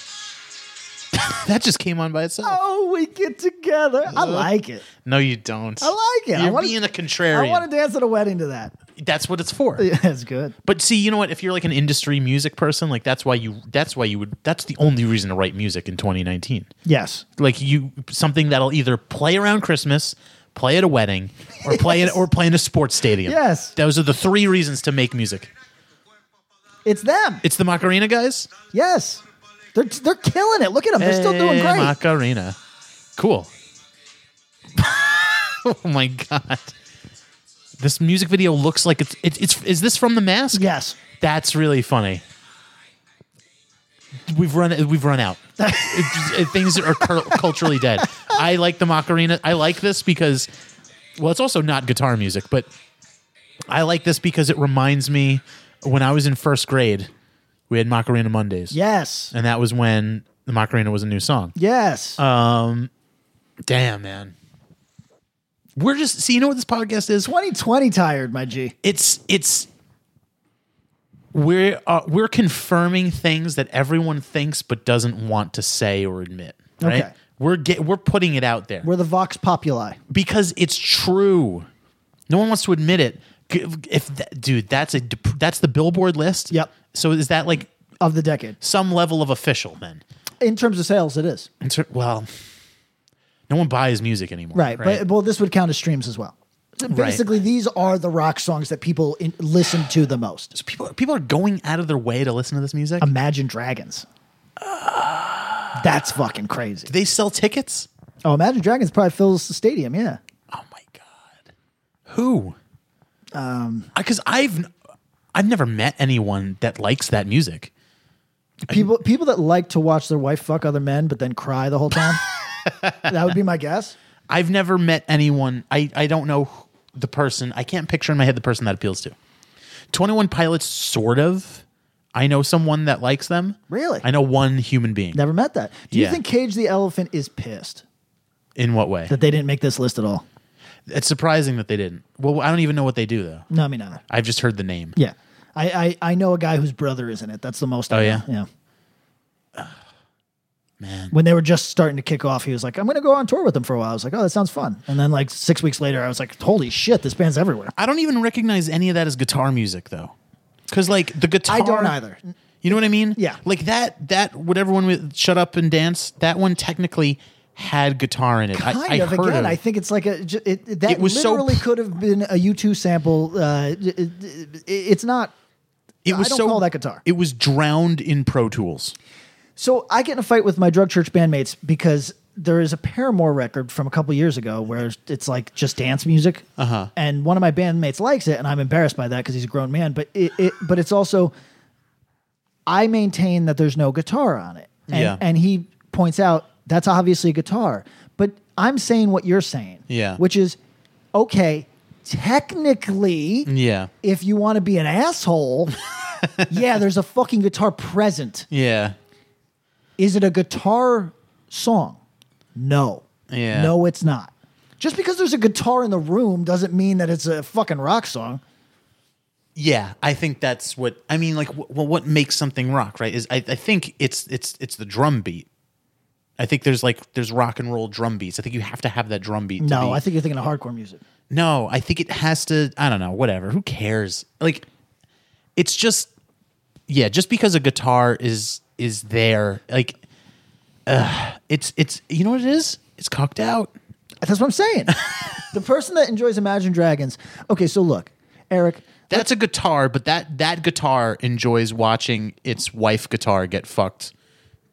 S8: that just came on by itself.
S9: Oh, we get together. I like it.
S8: No, you don't.
S9: I like it. I
S8: You're
S9: wanna-
S8: being a contrarian.
S9: I want to dance at a wedding to that.
S8: that's what it's for.
S9: That's good.
S8: But see, you know what? If you're like an industry music person, like that's why you that's why you would that's the only reason to write music in 2019.
S9: Yes.
S8: Like you something that'll either play around Christmas, play at a wedding, or play it or play in a sports stadium.
S9: Yes.
S8: Those are the three reasons to make music.
S9: It's them.
S8: It's the Macarena guys?
S9: Yes. They're they're killing it. Look at them. They're still doing
S8: Hey,
S9: great.
S8: Eh, Macarena. Cool. oh my god. This music video looks like it's it, it's is this from the mask?
S9: Yes.
S8: That's really funny. We've run we've run out. It- it- things are cur- culturally dead. I like the Macarena. I like this because well, it's also not guitar music, but I like this because it reminds me when I was in first grade, we had Macarena Mondays.
S9: Yes.
S8: And that was when the Macarena was a new song.
S9: Yes.
S8: Um, damn, man. We're just see. You know what this podcast is?
S9: 2020 tired, my G.
S8: It's it's we're uh, we're confirming things that everyone thinks but doesn't want to say or admit. Right?
S9: Okay.
S8: We're get we're putting it out there
S9: We're the Vox Populi.
S8: because it's true. No one wants to admit it. G- If that, dude, that's a dep- that's the Billboard list. Yep. So is that like
S9: of the decade?
S8: Some level of official then.
S9: In terms of sales, it is.
S8: In ter- well, no one buys music anymore.
S9: Right. But well, this would count as streams as well. So
S8: Right.
S9: Basically, these are the rock songs that people in, listen to the most.
S8: people people are going out of their way to listen to this music.
S9: Imagine Dragons. That's fucking crazy. Do
S8: they sell tickets?
S9: Oh, Imagine Dragons probably fills the stadium. Yeah.
S8: Oh Who? Um, because I've n- I've never met anyone that likes that music.
S9: People people that like to watch their wife fuck other men but then cry the whole time. that would be my guess.
S8: I've never met anyone. I I don't know who- the person. I can't picture in my head the person that appeals to. Twenty One Pilots, sort of. I know someone that likes them.
S9: Really?
S8: I know one human being.
S9: Never met that. Do you
S8: Yeah.
S9: think Cage the Elephant is pissed?
S8: In what way?
S9: That they didn't make this list at all.
S8: It's surprising that they didn't. Well, I don't even know what they do though.
S9: No, I mean neither.
S8: I've just heard the name.
S9: Yeah. I, I, I know a guy whose brother is in it. That's the most. I
S8: Oh,
S9: know.
S8: yeah?
S9: yeah. Man. When they were just starting to kick off, he was like, "I'm going to go on tour with them for a while." I was like, "Oh, that sounds fun." And then like six weeks later, I was like, "Holy shit, this band's everywhere."
S8: I don't even recognize any of that as guitar music though. Cuz like the guitar
S9: I don't either.
S8: You know what I mean? Yeah. Like that that what everyone would shut up and dance, that one technically had guitar in it. I-
S9: Kind
S8: I,
S9: of
S8: heard
S9: again.
S8: of
S9: I
S8: it.
S9: think it's like a j- it, it- that
S8: It was so
S9: literally could have been a U2 sample. Uh, it- it- it's not.
S8: it was
S9: I don't
S8: so
S9: call that guitar.
S8: It was drowned in Pro Tools.
S9: So I get in a fight with my drug church bandmates because there is a Paramore record from a couple years ago where it's like just dance music, uh-huh. and one of my bandmates likes it, and I'm embarrassed by that because he's a grown man. But it, it, but it's also, I maintain that there's no guitar on it, and,
S8: Yeah.
S9: and he points out that's obviously a guitar, but I'm saying what you're saying,
S8: Yeah.
S9: which is okay. Technically,
S8: Yeah.
S9: if you want to be an asshole, yeah, there's a fucking guitar present.
S8: Yeah.
S9: Is it a guitar song? No.
S8: Yeah.
S9: No, it's not. Just because there's a guitar in the room doesn't mean that it's a fucking rock song.
S8: Yeah, I think that's what I mean. Like, wh- well, what makes something rock, right? Is I, I think it's it's it's the drum beat. I think there's like there's rock and roll drum beats. I think you have to have that drum beat. to
S9: No,
S8: be-
S9: I think you're thinking of hardcore music.
S8: no, I think it has to. I don't know. Whatever. Who cares? Like, it's just yeah. Just because a guitar is is there, like, ugh, it's it's you know what it is. It's cocked out.
S9: That's what I'm saying. the person that enjoys Imagine Dragons. Okay, so look, Eric,
S8: That's a guitar, but that that guitar enjoys watching its wife guitar get fucked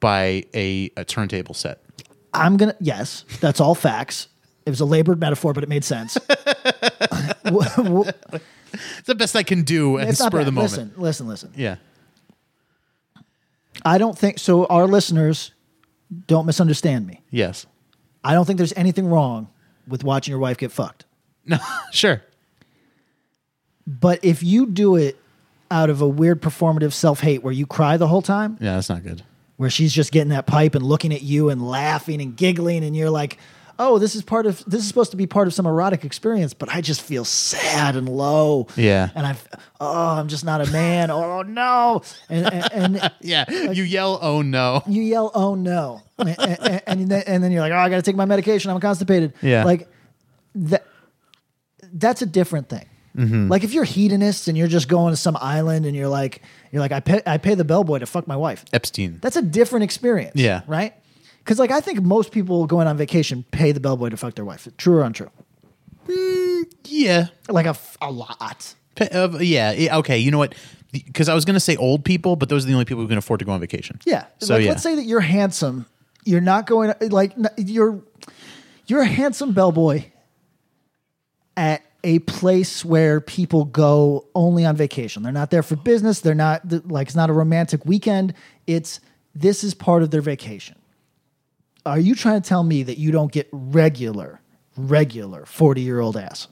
S8: by a, a turntable set.
S9: I'm gonna yes, that's all facts. It was a labored metaphor, but it made sense. Wh- wh-
S8: It's the best I can do and
S9: it's not
S8: spur
S9: bad.
S8: the moment.
S9: Listen, listen, listen.
S8: Yeah.
S9: I don't think so. Our listeners don't misunderstand me.
S8: Yes.
S9: I don't think there's anything wrong with watching your wife get fucked.
S8: No, sure.
S9: But if you do it out of a weird performative self hate where you cry the whole time,
S8: Yeah, that's not good.
S9: where she's just getting that pipe and looking at you and laughing and giggling, and you're like, oh, this is part of this is supposed to be part of some erotic experience, but I just feel sad and low.
S8: Yeah.
S9: And I, oh, I'm just not a man. oh no. And and, and
S8: yeah, you yell, oh no.
S9: You yell, oh no. And, and, and then, and then you're like, oh, I got to take my medication. I'm constipated.
S8: Yeah.
S9: Like that. That's a different thing.
S8: Mhm.
S9: Like if you're hedonists and you're just going to some island and you're like, you're like, I pay, I pay the bellboy to fuck my wife.
S8: Epstein.
S9: That's a different experience.
S8: Yeah.
S9: Right? Because, like, I think most people going on vacation pay the bellboy to fuck their wife. True or untrue? Mm,
S8: yeah.
S9: Like a, f- a lot.
S8: Pe- of- yeah. yeah, Okay. You know what? Because I was going to say old people, but those are the only people who can afford to go on vacation.
S9: Yeah.
S8: So
S9: like,
S8: yeah.
S9: Let's say that you're handsome. You're not going, like, n- you're, you're a handsome bellboy at a place where people go only on vacation. They're not there for business. They're not, th- like, it's not a romantic weekend. It's, this is part of their vacation. Are you trying to tell me that you don't get regular, regular 40 year old ass?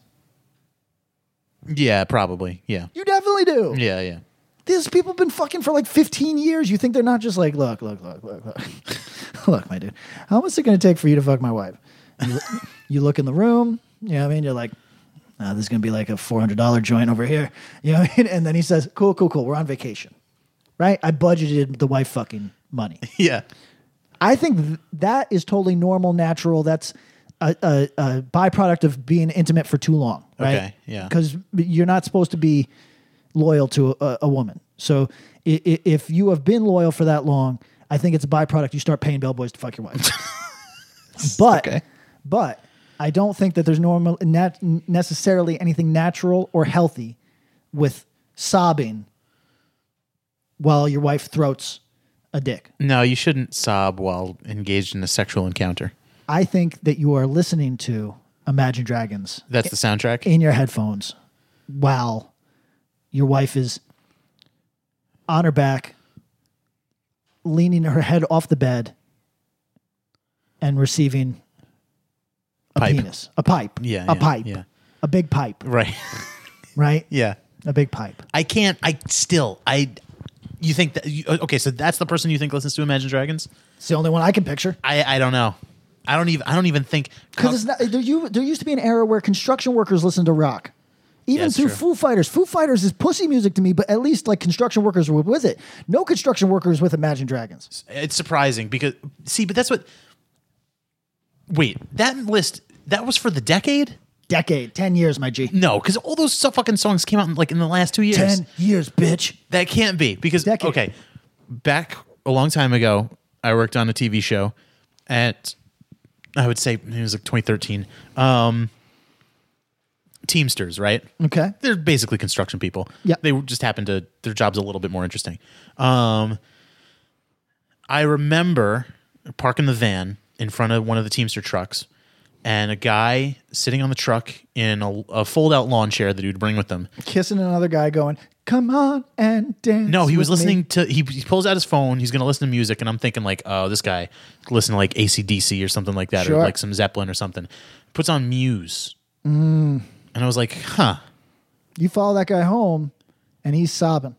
S8: yeah. Probably. Yeah.
S9: You definitely do.
S8: Yeah. Yeah.
S9: These people have been fucking for like 15 years. You think they're not just like, look, look, look, look, look. look, my dude, how much is it going to take for you to fuck my wife? You, lo- you look in the room, you know what I mean? You're like, "Ah, this is going to be like a $400 joint over here. You know what I mean? And then he says, cool, cool, cool. We're on vacation, right? I budgeted the wife fucking money.
S8: Yeah.
S9: I think th- that is totally normal, natural. That's a, a, a byproduct of being intimate for too long, right?
S8: Okay, yeah.
S9: Because you're not supposed to be loyal to a, a woman. So i- i- if you have been loyal for that long, I think it's a byproduct. You start paying bellboys to fuck your wife. but, but I don't think that there's normal nat- necessarily anything natural or healthy with sobbing while your wife throats a dick.
S8: No, you shouldn't sob while engaged in a sexual encounter.
S9: I think that you are listening to Imagine Dragons
S8: That's the soundtrack.
S9: in your headphones while your wife is on her back, leaning her head off the bed, and receiving a
S8: Pipe.
S9: penis, a pipe,
S8: Yeah,
S9: a
S8: yeah,
S9: pipe,
S8: yeah.
S9: a big pipe,
S8: Right.
S9: right?
S8: yeah.
S9: A big pipe.
S8: I can't. I still. I. You think that? You, okay, so that's the person you think listens to Imagine Dragons.
S9: It's the only one I can picture.
S8: I. I don't know. I don't even. I don't even think.
S9: Because it's not there. You there used to be an era where construction workers listened to rock, even
S8: it's
S9: through
S8: true.
S9: Foo Fighters. Foo Fighters is pussy music to me, but at least like construction workers were with it. No construction workers with Imagine Dragons.
S8: It's surprising because see, but that's what. Wait, that list that was for the decade.
S9: Decade, ten years, my G.
S8: No, because all those so- fucking songs came out in, like in the last two years.
S9: Ten years, bitch.
S8: That can't be because okay, back a long time ago, I worked on a TV show at I would say it was like 2013. Um, Teamsters, right?
S9: Okay.
S8: They're basically construction people.
S9: Yeah.
S8: They were- just happen to their job's a little bit more interesting. Um, I remember parking the van in front of one of the Teamster trucks, and a guy sitting on the truck in a, a fold-out lawn chair that he would bring with him.
S9: Kissing another guy, going, "Come on and dance."
S8: No, he was
S9: with me."
S8: listening to he, he pulls out his phone, he's gonna listen to music, and I'm thinking like, oh, this guy listen to like ACDC or something like that, or
S9: Sure.
S8: like some Zeppelin or something. Puts on Muse.
S9: Mm.
S8: And I was like, huh.
S9: You follow that guy home, and he's sobbing.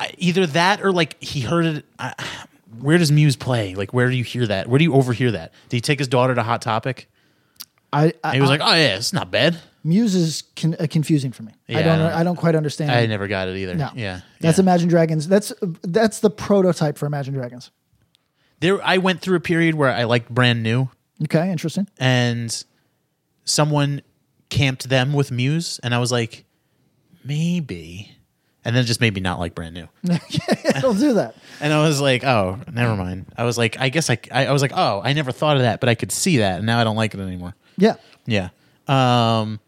S8: I, either that or like he heard it. I, where does Muse play? Like, where do you hear that? Where do you overhear that? Did he take his daughter to Hot Topic?
S9: I,
S8: And he was like, oh yeah, it's not bad.
S9: Muse is con- uh, confusing for me. I
S8: Yeah,
S9: don't.
S8: I
S9: I
S8: don't-
S9: don't quite understand.
S8: I never got it either.
S9: No.
S8: Yeah.
S9: That's Imagine Dragons. That's that's the prototype for Imagine Dragons.
S8: There, I went through a period where I liked brand new,
S9: Okay, interesting.
S8: and someone camped them with Muse, and I was like, maybe, and then it just made me not like brand new.
S9: don't do that.
S8: And I was like, oh, never mind. I was like, I guess I, I, I was like, oh, I never thought of that, but I could see that, and now I don't like it anymore.
S9: Yeah.
S8: Yeah. Um.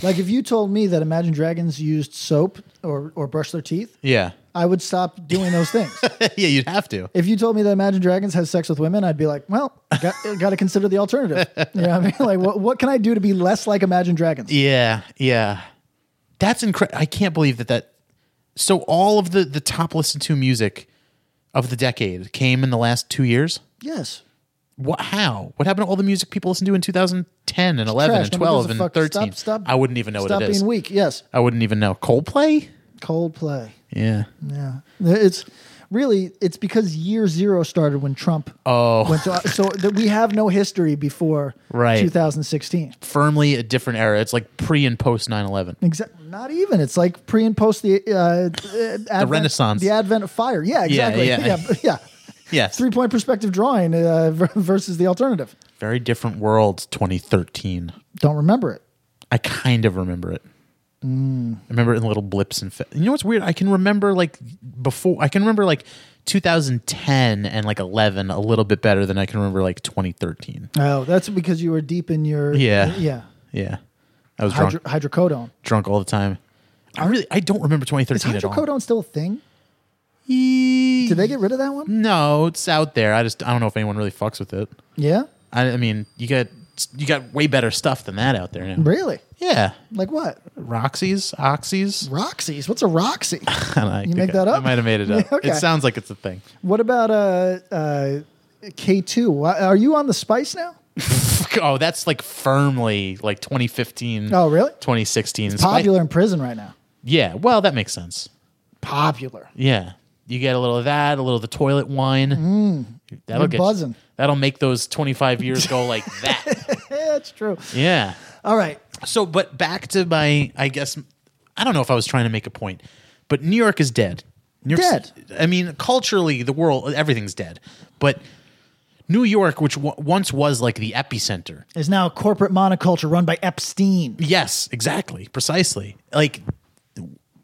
S9: Like if you told me that Imagine Dragons used soap or or brush their teeth,
S8: Yeah.
S9: I would stop doing those things.
S8: yeah, you'd have to.
S9: if you told me that Imagine Dragons has sex with women, I'd be like, well, got, got to consider the alternative. You know what I mean? Like what what can I do to be less like Imagine
S8: E
S9: Dragons?
S8: Yeah, yeah. That's incredible. I can't believe that that. So all of the the top listened to music of the decade came in the last two years.
S9: Yes.
S8: What? How? What happened to all the music people listened to in 2010 and 11
S9: Trash.
S8: and
S9: Nobody
S8: 12
S9: gives a
S8: and
S9: fuck.
S8: 13?
S9: Stop- stop-
S8: I wouldn't even know
S9: Stop
S8: what it is.
S9: being weak. Yes.
S8: I wouldn't even know. Coldplay.
S9: Coldplay.
S8: Yeah.
S9: Yeah. It's really, it's because year zero started when Trump.
S8: Oh.
S9: Went to, so that we have no history before
S8: Right.
S9: 2016.
S8: Firmly a different era. It's like pre and post 9 11.
S9: Exactly. Not even. It's like pre and post the uh, uh, advent-
S8: Renaissance.
S9: the advent of fire. Yeah, exactly.
S8: yeah.
S9: yeah.
S8: Yes.
S9: Three point perspective drawing uh, ver- versus the alternative.
S8: Very different world 2013.
S9: Don't remember it.
S8: I kind of remember it.
S9: Mm.
S8: I remember it in little blips and fa- you know what's weird? I can remember like before. I can remember like 2010 and like 11 a little bit better than I can remember like 2013.
S9: Oh, that's because you were deep in your
S8: Yeah.
S9: yeah
S8: Yeah, I was drunk,
S9: Hydro- hydrocodone.
S8: drunk all the time. I really I don't remember 2013
S9: Is
S8: at all.
S9: hydrocodone still a thing?
S8: Did
S9: they get rid of that
S8: Mm.
S9: one?
S8: No, it's out there. I just I don't know if anyone really fucks with it.
S9: Yeah,
S8: I, I mean, you got you got way better stuff than that out there now.
S9: really.
S8: Yeah,
S9: Like what?
S8: Roxy's, Oxy's.
S9: Roxy's. What's a Roxy?
S8: I
S9: You
S8: think
S9: make
S8: I-
S9: that up?
S8: I might have made it up.
S9: Okay.
S8: It sounds like it's a thing.
S9: what about uh, uh, K two? Are you on the Spice now?
S8: Oh, that's like firmly like 2015.
S9: Oh, really?
S8: 2016. Spi-
S9: Popular in prison right now.
S8: yeah. Well, that makes sense.
S9: Popular.
S8: Yeah. You get a little of that, a little of the toilet wine. that'll
S9: Mm. You're
S8: get
S9: buzzing.
S8: That'll make those 25 years go like that.
S9: That's true.
S8: Yeah.
S9: All right.
S8: So, but back to my, I guess, I don't know if I was trying to make a point, but New York is dead. New York
S9: Dead.
S8: I mean, culturally, the world, everything's dead. But New York, which w- once was like the epicenter,
S9: Is now a corporate monoculture run by Epstein.
S8: Yes, exactly, precisely. Like,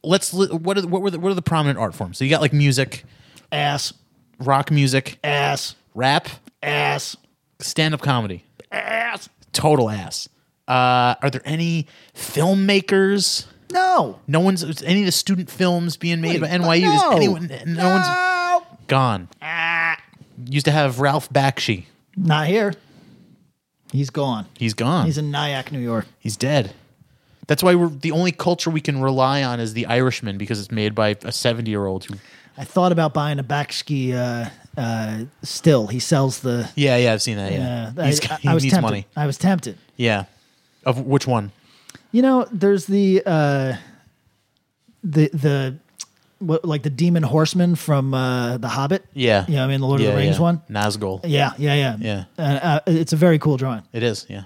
S8: let's li- what are the, what were the, what are the prominent art forms? So you got like music,
S9: ass,
S8: rock music,
S9: ass,
S8: rap,
S9: ass,
S8: stand up comedy,
S9: Ass.
S8: total ass. Uh, are there any filmmakers?
S9: No,
S8: no one's any of the student films being made
S9: Wait,
S8: by NYU. Is
S9: no. Ah.
S8: anyone? No, one's gone. Used to have Ralph Bakshi.
S9: Not here. He's gone.
S8: He's gone.
S9: He's in Nyack, New York.
S8: He's dead. That's why we're the only culture we can rely on is the Irishman because it's made by a seventy-year-old who
S9: I thought about buying a Bakshi uh, uh, still. He sells the.
S8: Yeah, yeah, I've seen that.
S9: Yeah,
S8: Yeah,
S9: I-
S8: He's-
S9: I-
S8: he
S9: I was
S8: needs
S9: tempted.
S8: money.
S9: I was tempted.
S8: Yeah, of which one?
S9: You know, there's the uh, the the what like the demon horseman from uh, the Hobbit.
S8: Yeah,
S9: You know what I mean? The Lord of
S8: Yeah,
S9: the Rings
S8: yeah.
S9: one.
S8: Nazgul.
S9: Yeah, yeah, yeah.
S8: yeah.
S9: Uh, uh, it's a very cool drawing.
S8: It is. Yeah,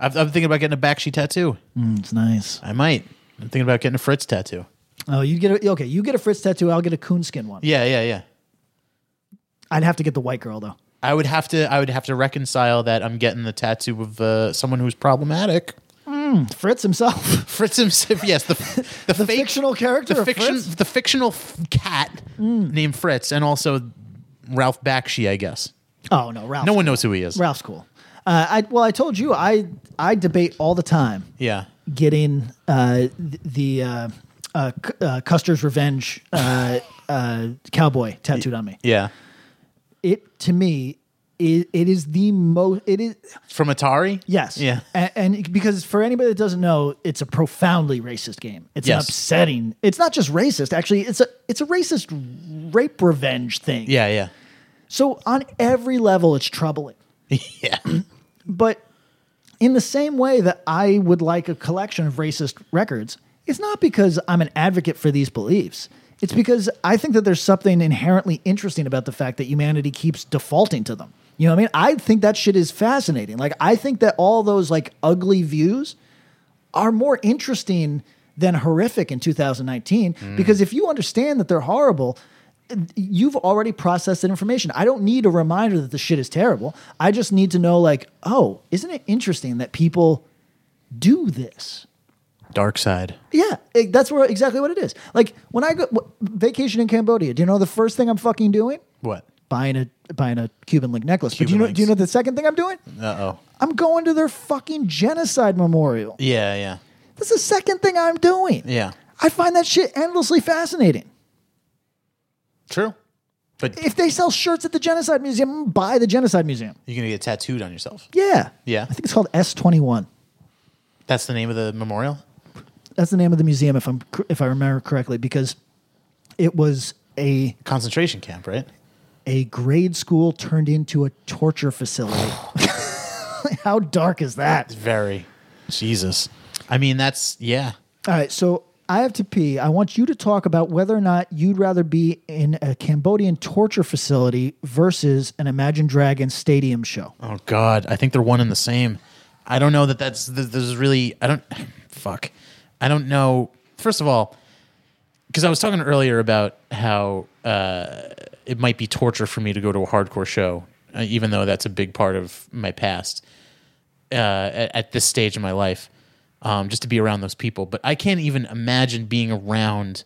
S8: I've, I'm thinking about getting a Bakshi tattoo.
S9: it's nice.
S8: I might. I'm thinking about getting a Fritz tattoo.
S9: Oh, you get a okay. You get a Fritz tattoo. I'll get a coonskin one.
S8: Yeah, yeah, yeah.
S9: I'd have to get the white girl though.
S8: I would have to. I would have to reconcile that I'm getting the tattoo of uh, someone who's problematic.
S9: Mm, Fritz himself.
S8: Fritz himself. Yes, the the, fake-
S9: fictional character
S8: the
S9: of
S8: fiction,
S9: Fritz?
S8: the fictional f- cat named Fritz, and also Ralph Bakshi. I guess
S9: Oh no, Ralph.
S8: no one knows who he is.
S9: Ralph's cool. Uh, I well, I told you, I I debate all the time
S8: Yeah.
S9: getting uh, th- the uh, uh, C- uh, Custer's Revenge uh, uh, cowboy tattooed on me.
S8: Yeah.
S9: It to me, it, it is the most. It is
S8: From Atari.
S9: yes,
S8: Yeah.
S9: and, and because for anybody that doesn't know, it's a profoundly racist game. It's an
S8: Yes.
S9: upsetting. It's not just racist. Actually, it's a it's a racist rape revenge thing.
S8: Yeah. Yeah.
S9: So on every level, it's troubling.
S8: Yeah.
S9: But in the same way that I would like a collection of racist records, it's not because I'm an advocate for these beliefs. It's because I think that there's something inherently interesting about the fact that humanity keeps defaulting to them. You know what I mean? I think that shit is fascinating. Like I think that all those like ugly views are more interesting than horrific in 2019
S8: Mm.
S9: because if you understand that they're horrible you've already processed that information i don't need a reminder that the shit is terrible i just need to know like oh isn't it interesting that people do this
S8: Dark side.
S9: yeah it- that's where exactly what it is like when i go w- vacation in cambodia do you know the first thing i'm fucking doing
S8: What?
S9: buying a buying a cuban link necklace but do you know do you know the second thing i'm doing
S8: Uh oh.
S9: i'm going to their fucking genocide memorial
S8: Yeah, yeah,
S9: that's the second thing i'm doing
S8: yeah.
S9: I find that shit endlessly fascinating.
S8: True. But
S9: If they sell shirts at the Genocide Museum, I'm gonna buy the Genocide Museum.
S8: you're gonna get tattooed on yourself.
S9: Yeah.
S8: Yeah,
S9: I think it's called S21.
S8: that's the name of the memorial.
S9: That's the name of the museum if I'm cor- if I remember correctly because it was a
S8: Concentration camp, right?
S9: a grade school turned into a torture facility. How dark is that?
S8: Very. Jesus. I mean, that's yeah.
S9: All right, so I have to pee. I want you to talk about whether or not you'd rather be in a Cambodian torture facility versus an Imagine Dragons stadium show.
S8: Oh God, I think they're one and the same. I don't know that that's th- this is really. I don't. Fuck. I don't know. First of all, because I was talking earlier about how uh, it might be torture for me to go to a hardcore show, uh, even though that's a big part of my past uh, at, at this stage in my life, um, just to be around those people. But I can't even imagine being around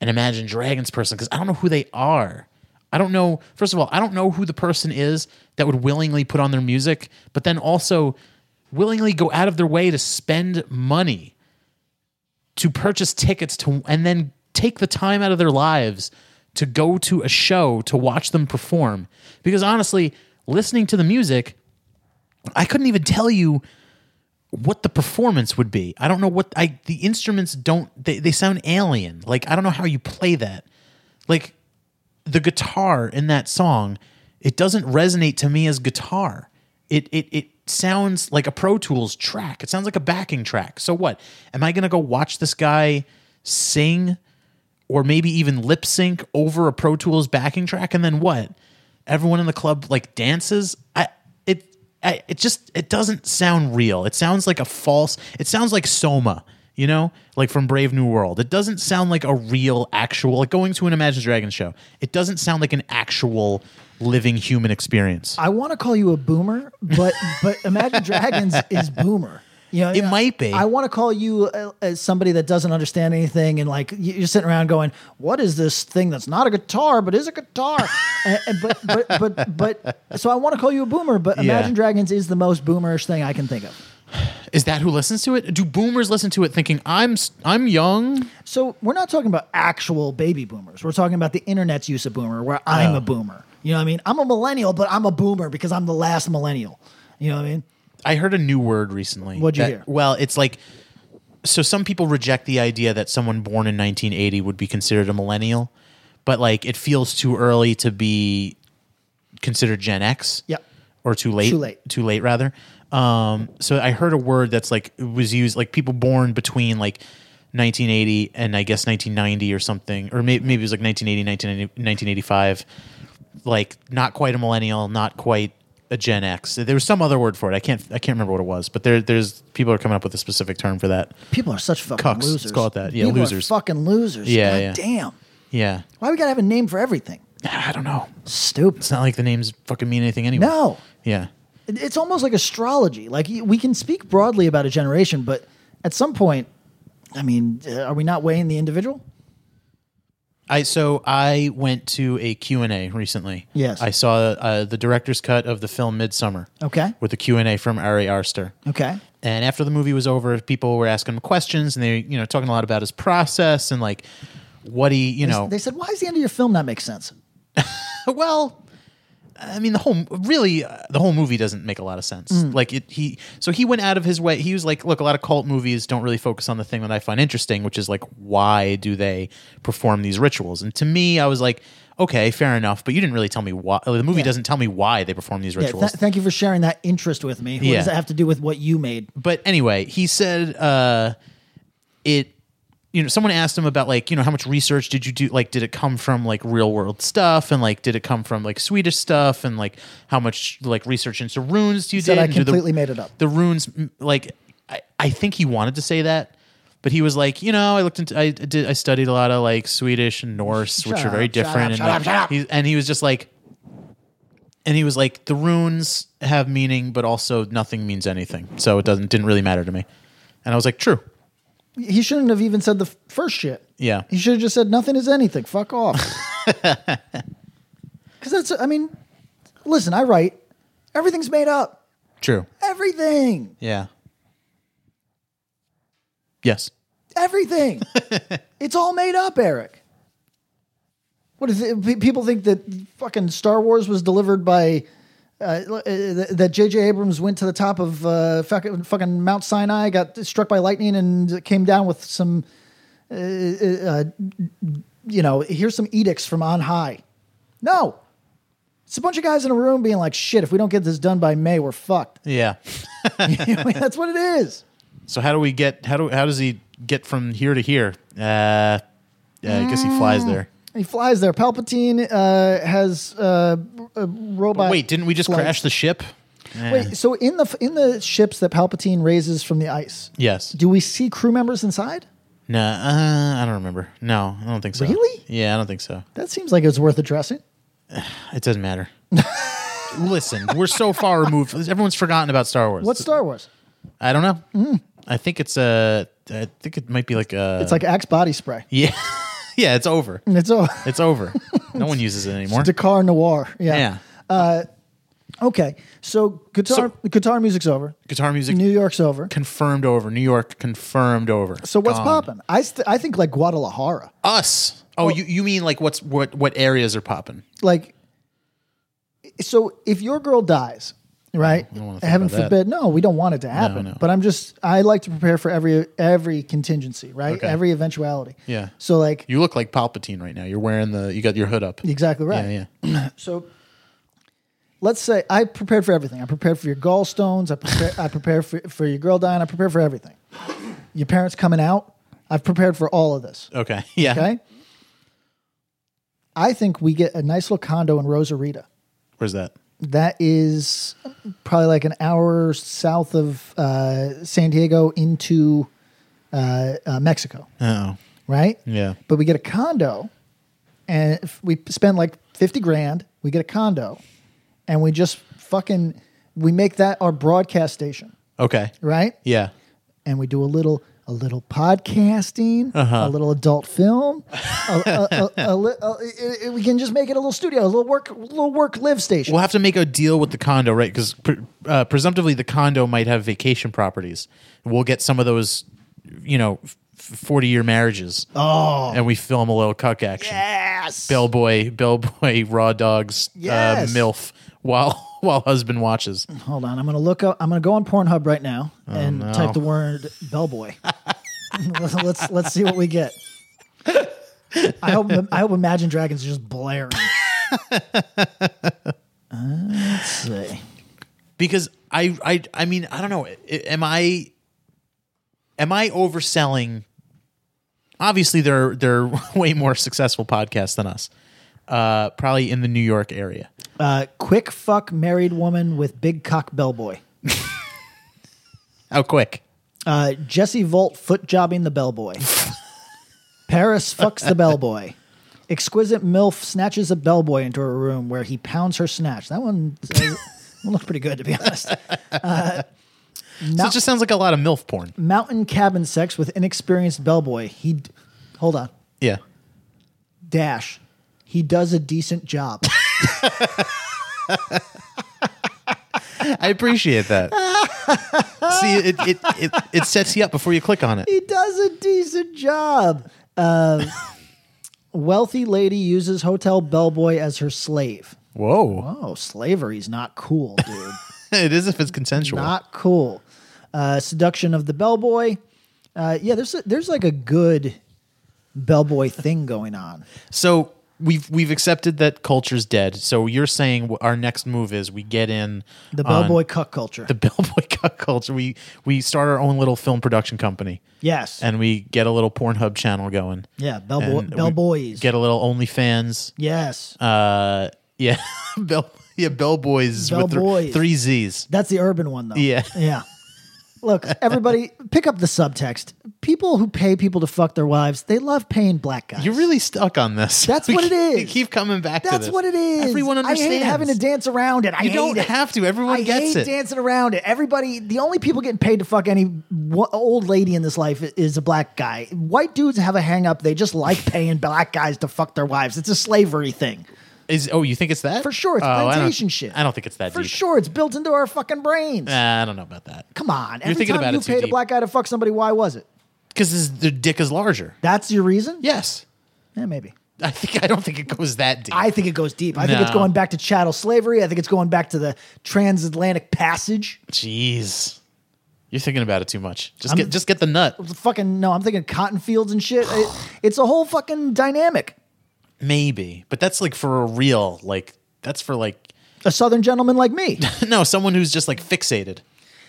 S8: an Imagine Dragons person because I don't know who they are. I don't know. First of all, I don't know who the person is that would willingly put on their music, but then also willingly go out of their way to spend money to purchase tickets to and then take the time out of their lives to go to a show to watch them perform because honestly listening to the music i couldn't even tell you what the performance would be i don't know what i the instruments don't they, they sound alien like i don't know how you play that like the guitar in that song it doesn't resonate to me as guitar it it it sounds like a pro tools track it sounds like a backing track so what am i going to go watch this guy sing or maybe even lip sync over a pro tools backing track and then what everyone in the club like dances i it I, it just it doesn't sound real it sounds like a false it sounds like soma you know like from brave new world it doesn't sound like a real actual like going to an imagine dragons show it doesn't sound like an actual living human experience
S9: I want to call you a boomer, but but Imagine Dragons is boomer. You know, it
S8: might be.
S9: I want to call you uh, as somebody that doesn't understand anything, and like you- you're sitting around going, "What is this thing that's not a guitar but is a guitar?" and, and- but but but but so I want to call you a boomer, but
S8: Yeah.
S9: Imagine Dragons is the most boomerish thing I can think of.
S8: is that who listens to it do boomers listen to it thinking i'm s- i'm young
S9: So we're not talking about actual baby boomers. We're talking about the internet's use of boomer, where I'm
S8: Oh.
S9: a boomer. You know what I mean? I'm a millennial, but I'm a boomer because I'm the last millennial. You know what I mean?
S8: I heard a new word recently.
S9: What'd you
S8: that-
S9: hear?
S8: Well, it's like so some people reject the idea that someone born in 1980 would be considered a millennial, but like it feels too early to be considered Gen X.
S9: Yep.
S8: Or too late.
S9: Too late.
S8: Too late rather. Um so I heard a word that's like it was used like people born between like 1980 and I guess 1990 or something or maybe, maybe it was like 1980 1990, 1985 like not quite a millennial, not quite a Gen X. There was some other word for it. I can't I can't remember what it was, but there there's people are coming up with a specific term for that.
S9: People are such fucking
S8: Cucks.
S9: losers.
S8: Let's call it that. Yeah,
S9: People are
S8: losers.
S9: fucking losers.
S8: Yeah,
S9: God
S8: yeah.
S9: damn.
S8: yeah.
S9: Why we gotta have a name for everything?
S8: I don't know.
S9: Stupid.
S8: It's not like the names fucking mean anything anyway.
S9: No.
S8: Yeah.
S9: It- It's almost like astrology. Like y- we can speak broadly about a generation, but at some point, I mean, uh, are we not weighing the individual?
S8: I so I went to a Q&A recently.
S9: Yes.
S8: I saw uh, the director's cut of the film Midsummer
S9: Okay.
S8: with a Q&A from Ari Arster.
S9: Okay.
S8: And after the movie was over, people were asking him questions and they, you know, talking a lot about his process and like what he, you
S9: They s-
S8: know,
S9: they said, "Why does the end of your film not make sense?"
S8: well, I mean the whole really uh, the whole movie doesn't make a lot of sense.
S9: Mm.
S8: Like it he so he went out of his way. He was like, look, a lot of cult movies don't really focus on the thing that I find interesting, which is like why do they perform these rituals? And to me, I was like, okay, fair enough, but you didn't really tell me why. The movie doesn't tell me why they perform these
S9: Yeah,
S8: rituals.
S9: th- thank you for sharing that interest with me. What
S8: Yeah.
S9: does that have to do with what you made?
S8: But anyway, he said uh, it. You know, someone asked him about like you know how much research did you do? Like, did it come from like real world stuff, and like did it come from like Swedish stuff, and like how much like research into runes you
S9: He said,
S8: did?
S9: "I
S8: and do the-
S9: completely made it up."
S8: The runes, m- like I, I think he wanted to say that, but he was like, you know, I looked into, I did, I studied a lot of like Swedish and Norse, which
S9: Shut
S8: are very
S9: up, shut up,
S8: different.
S9: shut
S8: and
S9: up, shut up.
S8: He, and he was just like, and he was like, the runes have meaning, but also nothing means anything, so it doesn't didn't really matter to me. And I was like, true,
S9: He shouldn't have even said the f- first shit.
S8: yeah.
S9: He should have just said nothing is anything. Fuck off. Because that's, I mean, listen, I write. Everything's made up.
S8: True.
S9: Everything.
S8: Yeah. Yes.
S9: Everything. it's all made up, Eric. What is it? pe- People think that fucking Star Wars was delivered by. Uh, uh, that J.J. Abrams went to the top of uh, fucking, fucking Mount Sinai, got struck by lightning, and came down with some, uh, uh, you know, here's some edicts from on high. No, it's a bunch of guys in a room being like, "Shit, if we don't get this done by May, we're fucked."
S8: Yeah.
S9: That's what it is.
S8: So how do we get how do how does he get from here to here. Uh, yeah, I guess he flies
S9: Mm.
S8: there.
S9: He flies there. Palpatine uh, has uh, a robot.
S8: Wait, didn't we just
S9: flight.
S8: crash the ship? Eh.
S9: Wait, so in the in the ships that Palpatine raises from the ice,
S8: yes.
S9: do we see crew members inside?
S8: No, uh, I don't remember. No, I don't think so.
S9: Really?
S8: Yeah, I don't think so.
S9: That seems like it's worth addressing.
S8: It doesn't matter. Listen, we're so far removed. Everyone's forgotten about Star Wars.
S9: What's Star Wars?
S8: I don't know. I think it's uh, I think it might be like uh,
S9: it's like Axe body spray.
S8: yeah, yeah. It's over.
S9: It's over.
S8: It's over. no one uses it anymore.
S9: It's Dakar Noir. Yeah.
S8: Yeah.
S9: Uh, okay. So guitar guitar music's over.
S8: Guitar music
S9: New York's over.
S8: confirmed over. New York confirmed over.
S9: So what's
S8: Gone.
S9: popping? I st- I think like Guadalajara.
S8: Us. Oh, you, you mean like what's what what areas are popping?
S9: like so if your girl dies right
S8: don't wanna think
S9: heaven
S8: about that.
S9: forbid no we don't want it to happen
S8: no.
S9: but i'm just i like to prepare for every every contingency right
S8: Okay.
S9: every eventuality
S8: Yeah.
S9: so like
S8: You look like Palpatine right now. You're wearing the you got your hood up.
S9: exactly right
S8: Yeah,
S9: so let's say i prepared for everything i prepared for your gallstones i prepare i prepared for, for your girl dying i prepared for everything your parents coming out i've prepared for all of this
S8: yeah. Okay. Yeah.
S9: okay i think we get a nice little condo in rosarita
S8: Where's that?
S9: That is probably like an hour south of uh, San Diego into uh, uh, Mexico,
S8: Oh.
S9: right?
S8: Yeah.
S9: But we get a condo, and if we spend like fifty grand. We get a condo, and we just fucking we make that our broadcast station,
S8: Okay.
S9: right?
S8: Yeah.
S9: And we do a little a little podcasting, a little adult film. a, a, a, a, li- a- it- it- we can just make it a little studio, a little work, little work live station.
S8: We'll have to make a deal with the condo, right? Because pre- uh, presumptively the condo might have vacation properties. We'll get some of those, you know, forty-year marriages. Oh, and we film a little cuck action.
S9: Yes.
S8: Bellboy, bellboy, raw dogs,
S9: Yes.
S8: uh, milf, while while husband watches.
S9: Hold on, I'm gonna look up. I'm gonna go on Pornhub right now and
S8: no.
S9: type the word bellboy. let's let's see what we get. I hope I hope Imagine Dragons is just blaring. Uh, let's see.
S8: Because I, I, I mean, I don't know. I- Am I, am I overselling? Obviously, they're they're way more successful podcasts than us. Uh, probably in the New York area.
S9: Uh, quick fuck married woman with big cock bellboy.
S8: How Oh, quick?
S9: Uh, Jesse Volt foot jobbing the bellboy. Paris fucks the bellboy. Exquisite MILF snatches a bellboy into her room where he pounds her snatch. That one, uh, that one looked pretty good, to be honest. Uh,
S8: So it just sounds like a lot of milf porn.
S9: mountain cabin sex with inexperienced bellboy. He, d- hold on,
S8: Yeah.
S9: dash. He does a decent job.
S8: I appreciate that. See, it, it, it, it sets you up before you click on it.
S9: he does a decent job. Uh, wealthy lady uses hotel bellboy as her slave.
S8: Whoa.
S9: Oh, slavery's not cool, dude.
S8: It is if it's consensual.
S9: not cool. Uh, seduction of the bellboy. Uh, yeah, there's a, there's like a good bellboy thing going on.
S8: So we've we've accepted that culture's dead. So you're saying wh- our next move is we get in
S9: The
S8: on
S9: bellboy cuck culture.
S8: the bellboy cuck culture. We we start our own little film production company,
S9: yes.
S8: and we get a little Pornhub channel going.
S9: yeah, bellboy
S8: And we
S9: bellboys.
S8: Get a little OnlyFans.
S9: yes.
S8: Uh, yeah, bell yeah bellboys with thr-
S9: Bellboys.
S8: three Z's.
S9: That's the urban one, though.
S8: Yeah.
S9: Yeah. Look, everybody, pick up the subtext. People who pay people to fuck their wives, they love paying black guys.
S8: You're really stuck on this.
S9: That's
S8: We
S9: what it
S8: keep- we
S9: is.
S8: keep coming back to
S9: That's
S8: this.
S9: what it is.
S8: Everyone understands.
S9: I hate having to dance around it. I
S8: You
S9: hate
S8: don't
S9: it.
S8: have to. Everyone
S9: I
S8: gets
S9: hate
S8: it.
S9: dancing around it. Everybody, the only people getting paid to fuck any wo- old lady in this life i- is a black guy. White dudes have a hang up. They just like paying black guys to fuck their wives. It's a slavery thing.
S8: Is oh, you think it's that
S9: For sure, it's
S8: Oh, I don't-
S9: plantation shit.
S8: I don't think it's that
S9: For
S8: deep.
S9: sure, it's built into our fucking brains.
S8: Uh, I don't know about that
S9: Come on. Every
S8: thinking
S9: time
S8: about
S9: you
S8: it too
S9: paid a
S8: deep.
S9: black guy to fuck somebody, why was it?
S8: because the dick is larger.
S9: That's your reason?
S8: Yes,
S9: Yeah, maybe.
S8: I think I don't think it goes that deep.
S9: I think it goes deep. I think it's
S8: No.
S9: going back to chattel slavery. I think it's going back to the transatlantic passage.
S8: Jeez, you're thinking about it too much. Just
S9: I'm-
S8: get just get the nut.
S9: It's fucking no, I'm thinking cotton fields and shit. It- it's a whole fucking dynamic.
S8: Maybe, but that's like for a real like that's for like
S9: A southern gentleman like me.
S8: no someone who's just like fixated.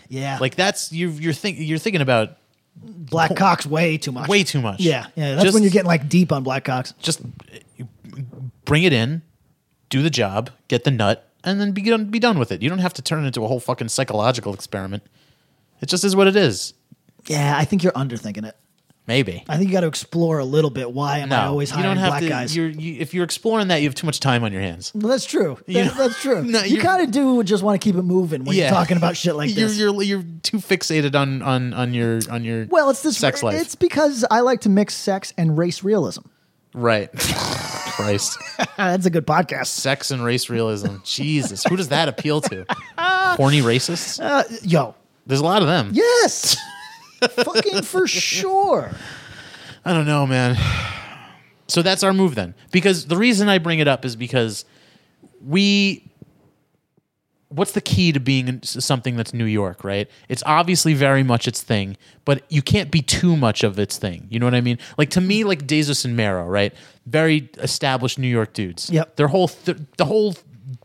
S9: Yeah.
S8: Like that's you you're think you're thinking about
S9: Black Cock's way too much.
S8: Way too much.
S9: Yeah, yeah. That's
S8: Just-
S9: when you're getting like deep on Black Cock's.
S8: Just eh, Bring it in, do the job, get the nut, and then be done, be done with it. You don't have to turn it into a whole fucking psychological experiment. It just is what it is.
S9: yeah, I think you're underthinking it.
S8: Maybe.
S9: I think you got to explore a little bit. Why am I always hiring black
S8: to,
S9: guys?
S8: You're, you, if you're exploring that, you have too much time on your hands.
S9: Well, that's true.
S8: You
S9: That-
S8: know-
S9: that's true. you kind of do just want to keep it moving when
S8: Yeah.
S9: you're talking about shit like
S8: You're-
S9: this.
S8: You're, you're too fixated on on on your on your
S9: well, it's this
S8: sex life,
S9: It's because I like to mix sex and race realism.
S8: right? Christ,
S9: that's a good podcast.
S8: Sex and race realism. Jesus, who does that appeal to? Horny racists?
S9: Uh, yo,
S8: there's a lot of them.
S9: Yes, fucking for sure.
S8: I don't know, man. So that's our move then. Because the reason I bring it up is because we what's the key to being in s- something that's New York, right? It's obviously very much its thing, but you can't be too much of its thing. You know what I mean? Like to me like Jesus and Mero, right? Very established New York dudes. Yep. Their whole th- the whole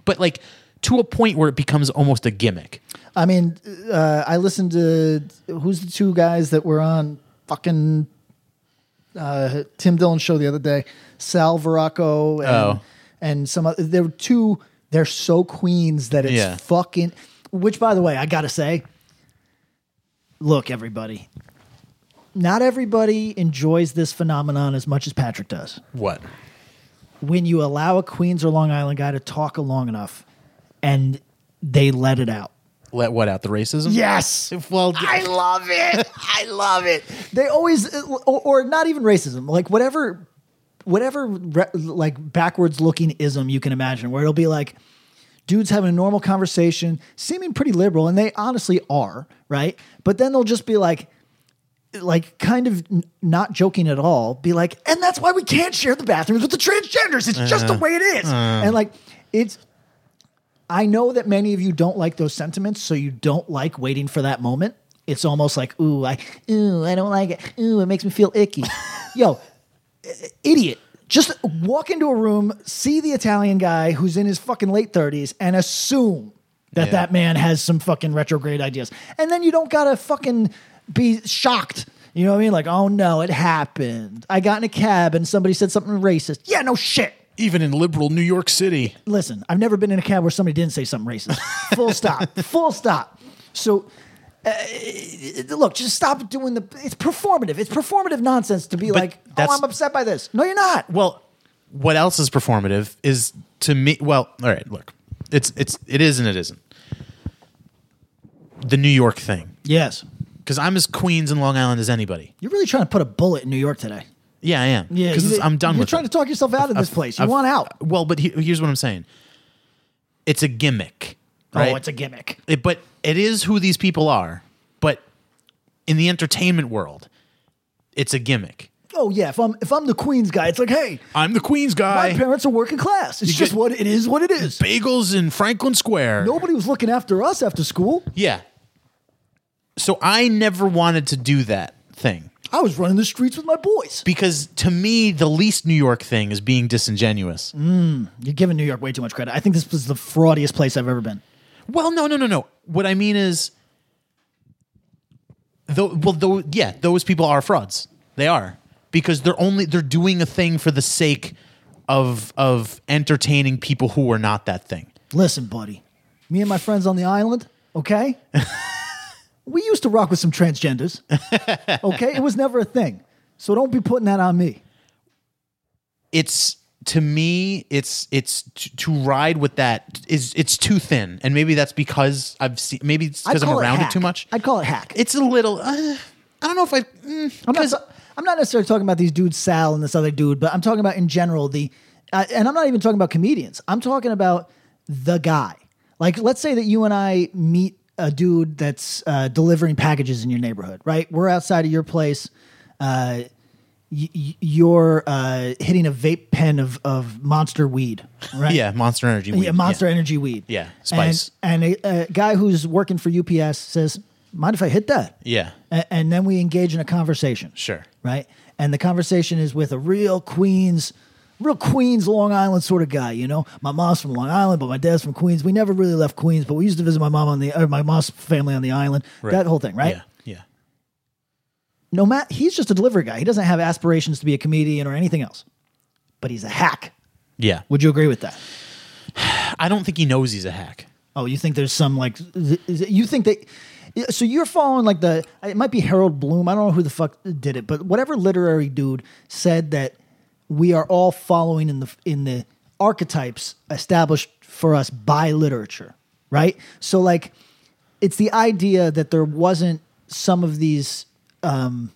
S8: but like to a point where it becomes almost a gimmick.
S9: I mean, uh, I listened to who's the two guys that were on fucking uh, Tim Dillon's show the other day, Sal Verrocco and,
S8: Oh.
S9: and some other. There were two. They're so queens that it's
S8: Yeah.
S9: fucking. Which, by the way, I gotta say, look, everybody. Not everybody enjoys this phenomenon as much as Patrick does.
S8: What?
S9: When you allow a Queens or Long Island guy to talk long enough and they let it out.
S8: Let what out the racism?
S9: Yes.
S8: Well,
S9: I love it. I love it. They always, or, or not even racism, like whatever, whatever, re, like backwards looking ism you can imagine, where it'll be like dudes having a normal conversation, seeming pretty liberal, and they honestly are, right? But then they'll just be like, like kind of n- not joking at all, be like, and that's why we can't share the bathrooms with the transgenders. It's just the
S8: Uh,
S9: way it is.
S8: uh.
S9: and like, it's, I know that many of you don't like those sentiments, so you don't like waiting for that moment. It's almost like, ooh, I, ooh, I don't like it. Ooh, it makes me feel icky. Yo, i- idiot. Just walk into a room, see the Italian guy who's in his fucking late 30s, and assume that
S8: Yeah.
S9: that man has some fucking retrograde ideas. And then you don't gotta fucking be shocked. You know what I mean? Like, oh no, it happened. I got in a cab and somebody said something racist. Yeah, no shit.
S8: Even in liberal New York City.
S9: Listen, I've never been in a cab where somebody didn't say something racist. Full stop. Full stop. So, uh, look, just stop doing the. It's performative. It's performative nonsense to be like, oh,
S8: that's-
S9: I'm upset by this. No, you're not.
S8: Well, what else is performative is to me well all right look it's it's it is and it isn't the new york thing
S9: yes
S8: because i'm as queens and long island as anybody
S9: You're really trying to put a bullet in New York today.
S8: yeah i am
S9: Yeah,
S8: because
S9: you-
S8: i'm done
S9: You're
S8: with
S9: trying to talk yourself out of this place. You want out.
S8: well but he- here's what i'm saying it's a gimmick right?
S9: Oh, it's a gimmick.
S8: It- but it is who these people are but in the entertainment world it's a gimmick
S9: Oh yeah, if I'm if I'm the Queens guy, it's like, hey,
S8: i'm the queens guy
S9: my parents are working class. It's just what it is. What it is.
S8: bagels in franklin square
S9: Nobody was looking after us after school.
S8: Yeah. So I never wanted to do that thing
S9: I was running the streets with my boys.
S8: because to me, the least New York thing is being disingenuous.
S9: Mm, you're giving New York way too much credit. I think this was the fraudiest place I've ever been.
S8: Well, no, no, no, no. What I mean is, though, well, though, yeah, those people are frauds. They are because they're only they're doing a thing for the sake of of entertaining people who are not that thing.
S9: Listen, buddy, me and my friends on the island, okay? we used to rock with some transgenders, okay? It was never a thing. So don't be putting that on me.
S8: it's to me it's it's to, to ride with that is it's too thin and maybe that's because i've seen maybe it's
S9: I'd
S8: because i'm
S9: call it
S8: around it,
S9: hack.
S8: too much
S9: i'd call it hack
S8: it's a little uh, i don't know if i mm,
S9: I'm not, I'm not necessarily talking about these dudes, Sal and this other dude, but I'm talking about in general the, uh, and I'm not even talking about comedians. I'm talking about the guy. Like, let's say that you and I meet a dude that's uh, delivering packages in your neighborhood, right? We're outside of your place. Uh, y- y- you're uh, hitting a vape pen of, of monster weed, right?
S8: yeah monster energy weed.
S9: Yeah, monster energy weed.
S8: yeah spice
S9: And, and a, a guy who's working for UPS says, "Mind if I hit that?"
S8: yeah
S9: A- and then we engage in a conversation
S8: sure
S9: right? And the conversation is with a real Queens, real Queens, Long Island sort of guy. You know, my mom's from Long Island, but my dad's from Queens. We never really left Queens, but we used to visit my mom on the or my mom's family on the island.
S8: Right.
S9: That whole thing, right?
S8: yeah yeah
S9: no matter he's just a delivery guy. He doesn't have aspirations to be a comedian or anything else. But he's a hack.
S8: Yeah.
S9: Would you agree with that?
S8: I don't think he knows he's a hack.
S9: Oh, you think there's some like th- th- you think that so you're following like the it might be Harold Bloom. I don't know who the fuck did it, but whatever literary dude said that we are all following in the in the archetypes established for us by literature, right? So like it's the idea that there wasn't some of these um,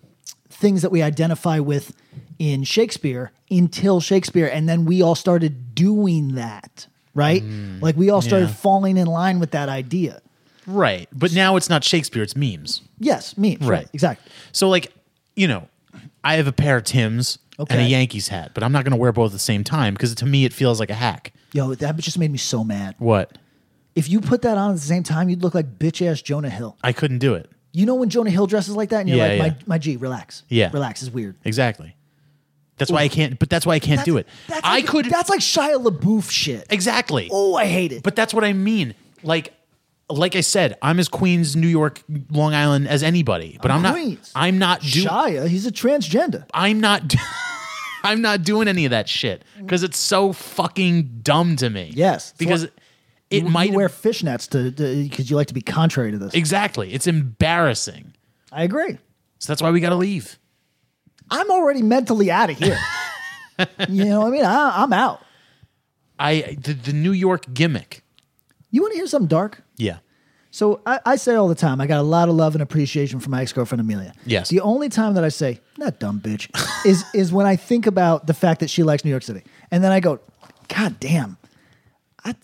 S9: things that we identify with in Shakespeare until Shakespeare, and then we all started doing that, right? like we all started
S8: Mm. yeah.
S9: falling in line with that idea.
S8: Right. But now it's not Shakespeare, it's memes.
S9: Yes, memes. Right. Exactly.
S8: So, like, you know, I have a pair of Tim's and a
S9: Okay.
S8: Yankees hat, but I'm not going to wear both at the same time because to me it feels like a hack.
S9: Yo, that just made me so mad.
S8: What?
S9: If you put that on at the same time, you'd look like bitch ass Jonah Hill.
S8: I couldn't do it.
S9: You know when Jonah Hill dresses like that, and you're
S8: Yeah,
S9: like,
S8: yeah.
S9: My, my G, relax.
S8: Yeah.
S9: relax is weird.
S8: Exactly. That's why I can't. But that's why I can't do it.
S9: That's
S8: I
S9: like,
S8: could.
S9: That's like Shia LaBeouf shit.
S8: Exactly.
S9: Oh, I hate it.
S8: But that's what I mean. Like, like I said, I'm as Queens, New York, Long Island as anybody. But I'm, not.
S9: Queens.
S8: I'm not doing.
S9: Shia, he's a transgender.
S8: I'm not. do- I'm not doing any of that shit because it's so fucking dumb to me.
S9: Yes,
S8: Because
S9: It's
S8: it
S9: you,
S8: might
S9: you wear fishnets to because you like to be contrary to this.
S8: exactly. It's embarrassing.
S9: I agree.
S8: So that's why we got to leave.
S9: I'm already mentally out of here. you know what I mean? I, I'm out.
S8: I the, the New York gimmick.
S9: You want to hear something dark?
S8: Yeah.
S9: So I, I say all the time, I got a lot of love and appreciation for my ex girlfriend Amelia.
S8: Yes.
S9: The only time that I say that dumb bitch is is when I think about the fact that she likes New York City, and then I go, God damn, I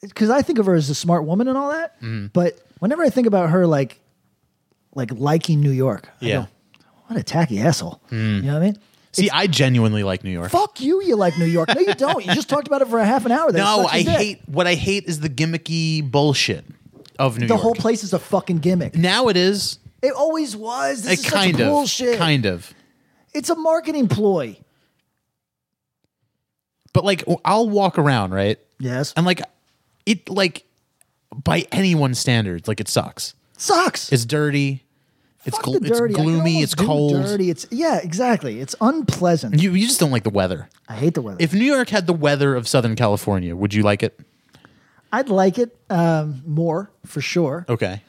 S9: because I think of her as a smart woman and all that.
S8: Mm.
S9: But whenever I think about her, like like liking New York, I
S8: Yeah. Mm.
S9: go, what a tacky asshole. You know what I mean?
S8: See, I genuinely like New York.
S9: Fuck you, you like New York. No, you don't. You just talked about it for a half an hour. that it
S8: No,
S9: sucks
S8: I
S9: your dick.
S8: hate what I hate is the gimmicky bullshit of New
S9: the
S8: York.
S9: whole place is a fucking gimmick.
S8: now it is.
S9: It always was. This
S8: It
S9: is
S8: Eh, kind
S9: such
S8: of
S9: bullshit.
S8: kind of.
S9: It's a marketing ploy.
S8: But like I'll walk around, right?
S9: Yes.
S8: And like it like by anyone's standards, like it sucks.
S9: Sucks.
S8: It's dirty. It's
S9: Fuck
S8: gl-
S9: the
S8: it's
S9: dirty. I can
S8: gloomy,
S9: almost
S8: it's
S9: do
S8: cold.
S9: Dirty. It's yeah, exactly. It's unpleasant.
S8: You you just don't like the weather.
S9: I hate the weather.
S8: If New York had the weather of Southern California, would you like it?
S9: I'd like it um, more for sure.
S8: Okay.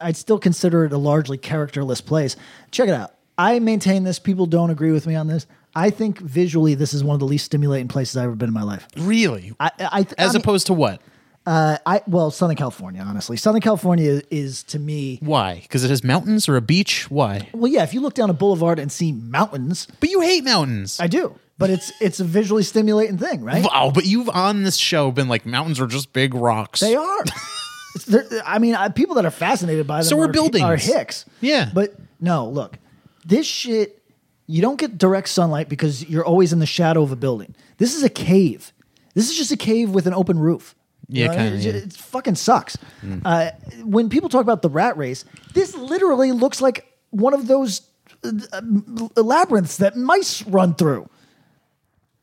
S9: I'd still consider it a largely characterless place. Check it out. I maintain this. People don't agree with me on this. I think visually, this is one of the least stimulating places I've ever been in my life.
S8: Really?
S9: I, I
S8: As
S9: I mean-
S8: opposed to what?
S9: Uh, I well, Southern California, honestly. Southern California is to me.
S8: Why? Because it has mountains or a beach? Why?
S9: Well, yeah, if you look down a boulevard and see mountains,
S8: But you hate mountains.
S9: I do. But it's it's a visually stimulating thing, right?
S8: Wow, but you've on this show been like mountains are just big rocks.
S9: They are. It's- they're- I mean, I, people that are fascinated by them
S8: So we're
S9: are,
S8: buildings.
S9: are hicks.
S8: Yeah.
S9: But no, look, this shit, you don't get direct sunlight because you're always in the shadow of a building. This is a cave. This is just a cave with an open roof. You
S8: Yeah,
S9: know what I mean?
S8: kinda,
S9: It,
S8: yeah. Mm.
S9: it fucking sucks. Uh, when people talk about the rat race, this literally looks like one of those uh, uh, labyrinths that mice run through.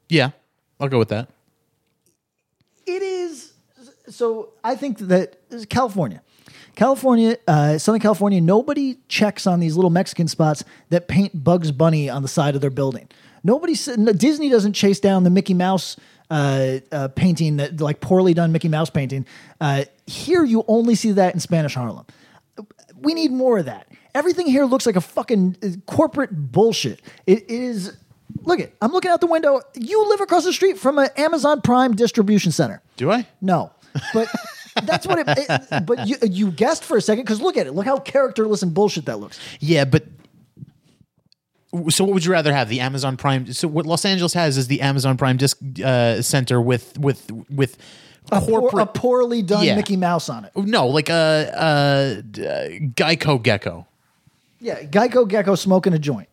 S8: Yeah, I'll go with that.
S9: It is. So I think that California, California, uh, Southern California, nobody checks on these little Mexican spots that paint Bugs Bunny on the side of their building. Nobody, s- no, Disney doesn't chase down the Mickey Mouse uh, uh, painting, that like poorly done Mickey Mouse painting. Uh, here you only see that in Spanish Harlem. We need more of that. Everything here looks like a fucking uh, corporate bullshit. It is. Look it. I'm looking out the window. You live across the street from an Amazon Prime distribution center.
S8: Do I?
S9: No, but that's what it. it- but you you guessed for a second because look at it. Look how characterless and bullshit that looks.
S8: Yeah, but so what would you rather have? The Amazon Prime. So what Los Angeles has is the Amazon Prime Disc uh, Center with with with
S9: A, poor- a
S8: corporate.
S9: poorly done
S8: Yeah.
S9: Mickey Mouse on it.
S8: no, like a, uh d- uh, Geico Gecko.
S9: Yeah, Geico Gecko smoking a joint.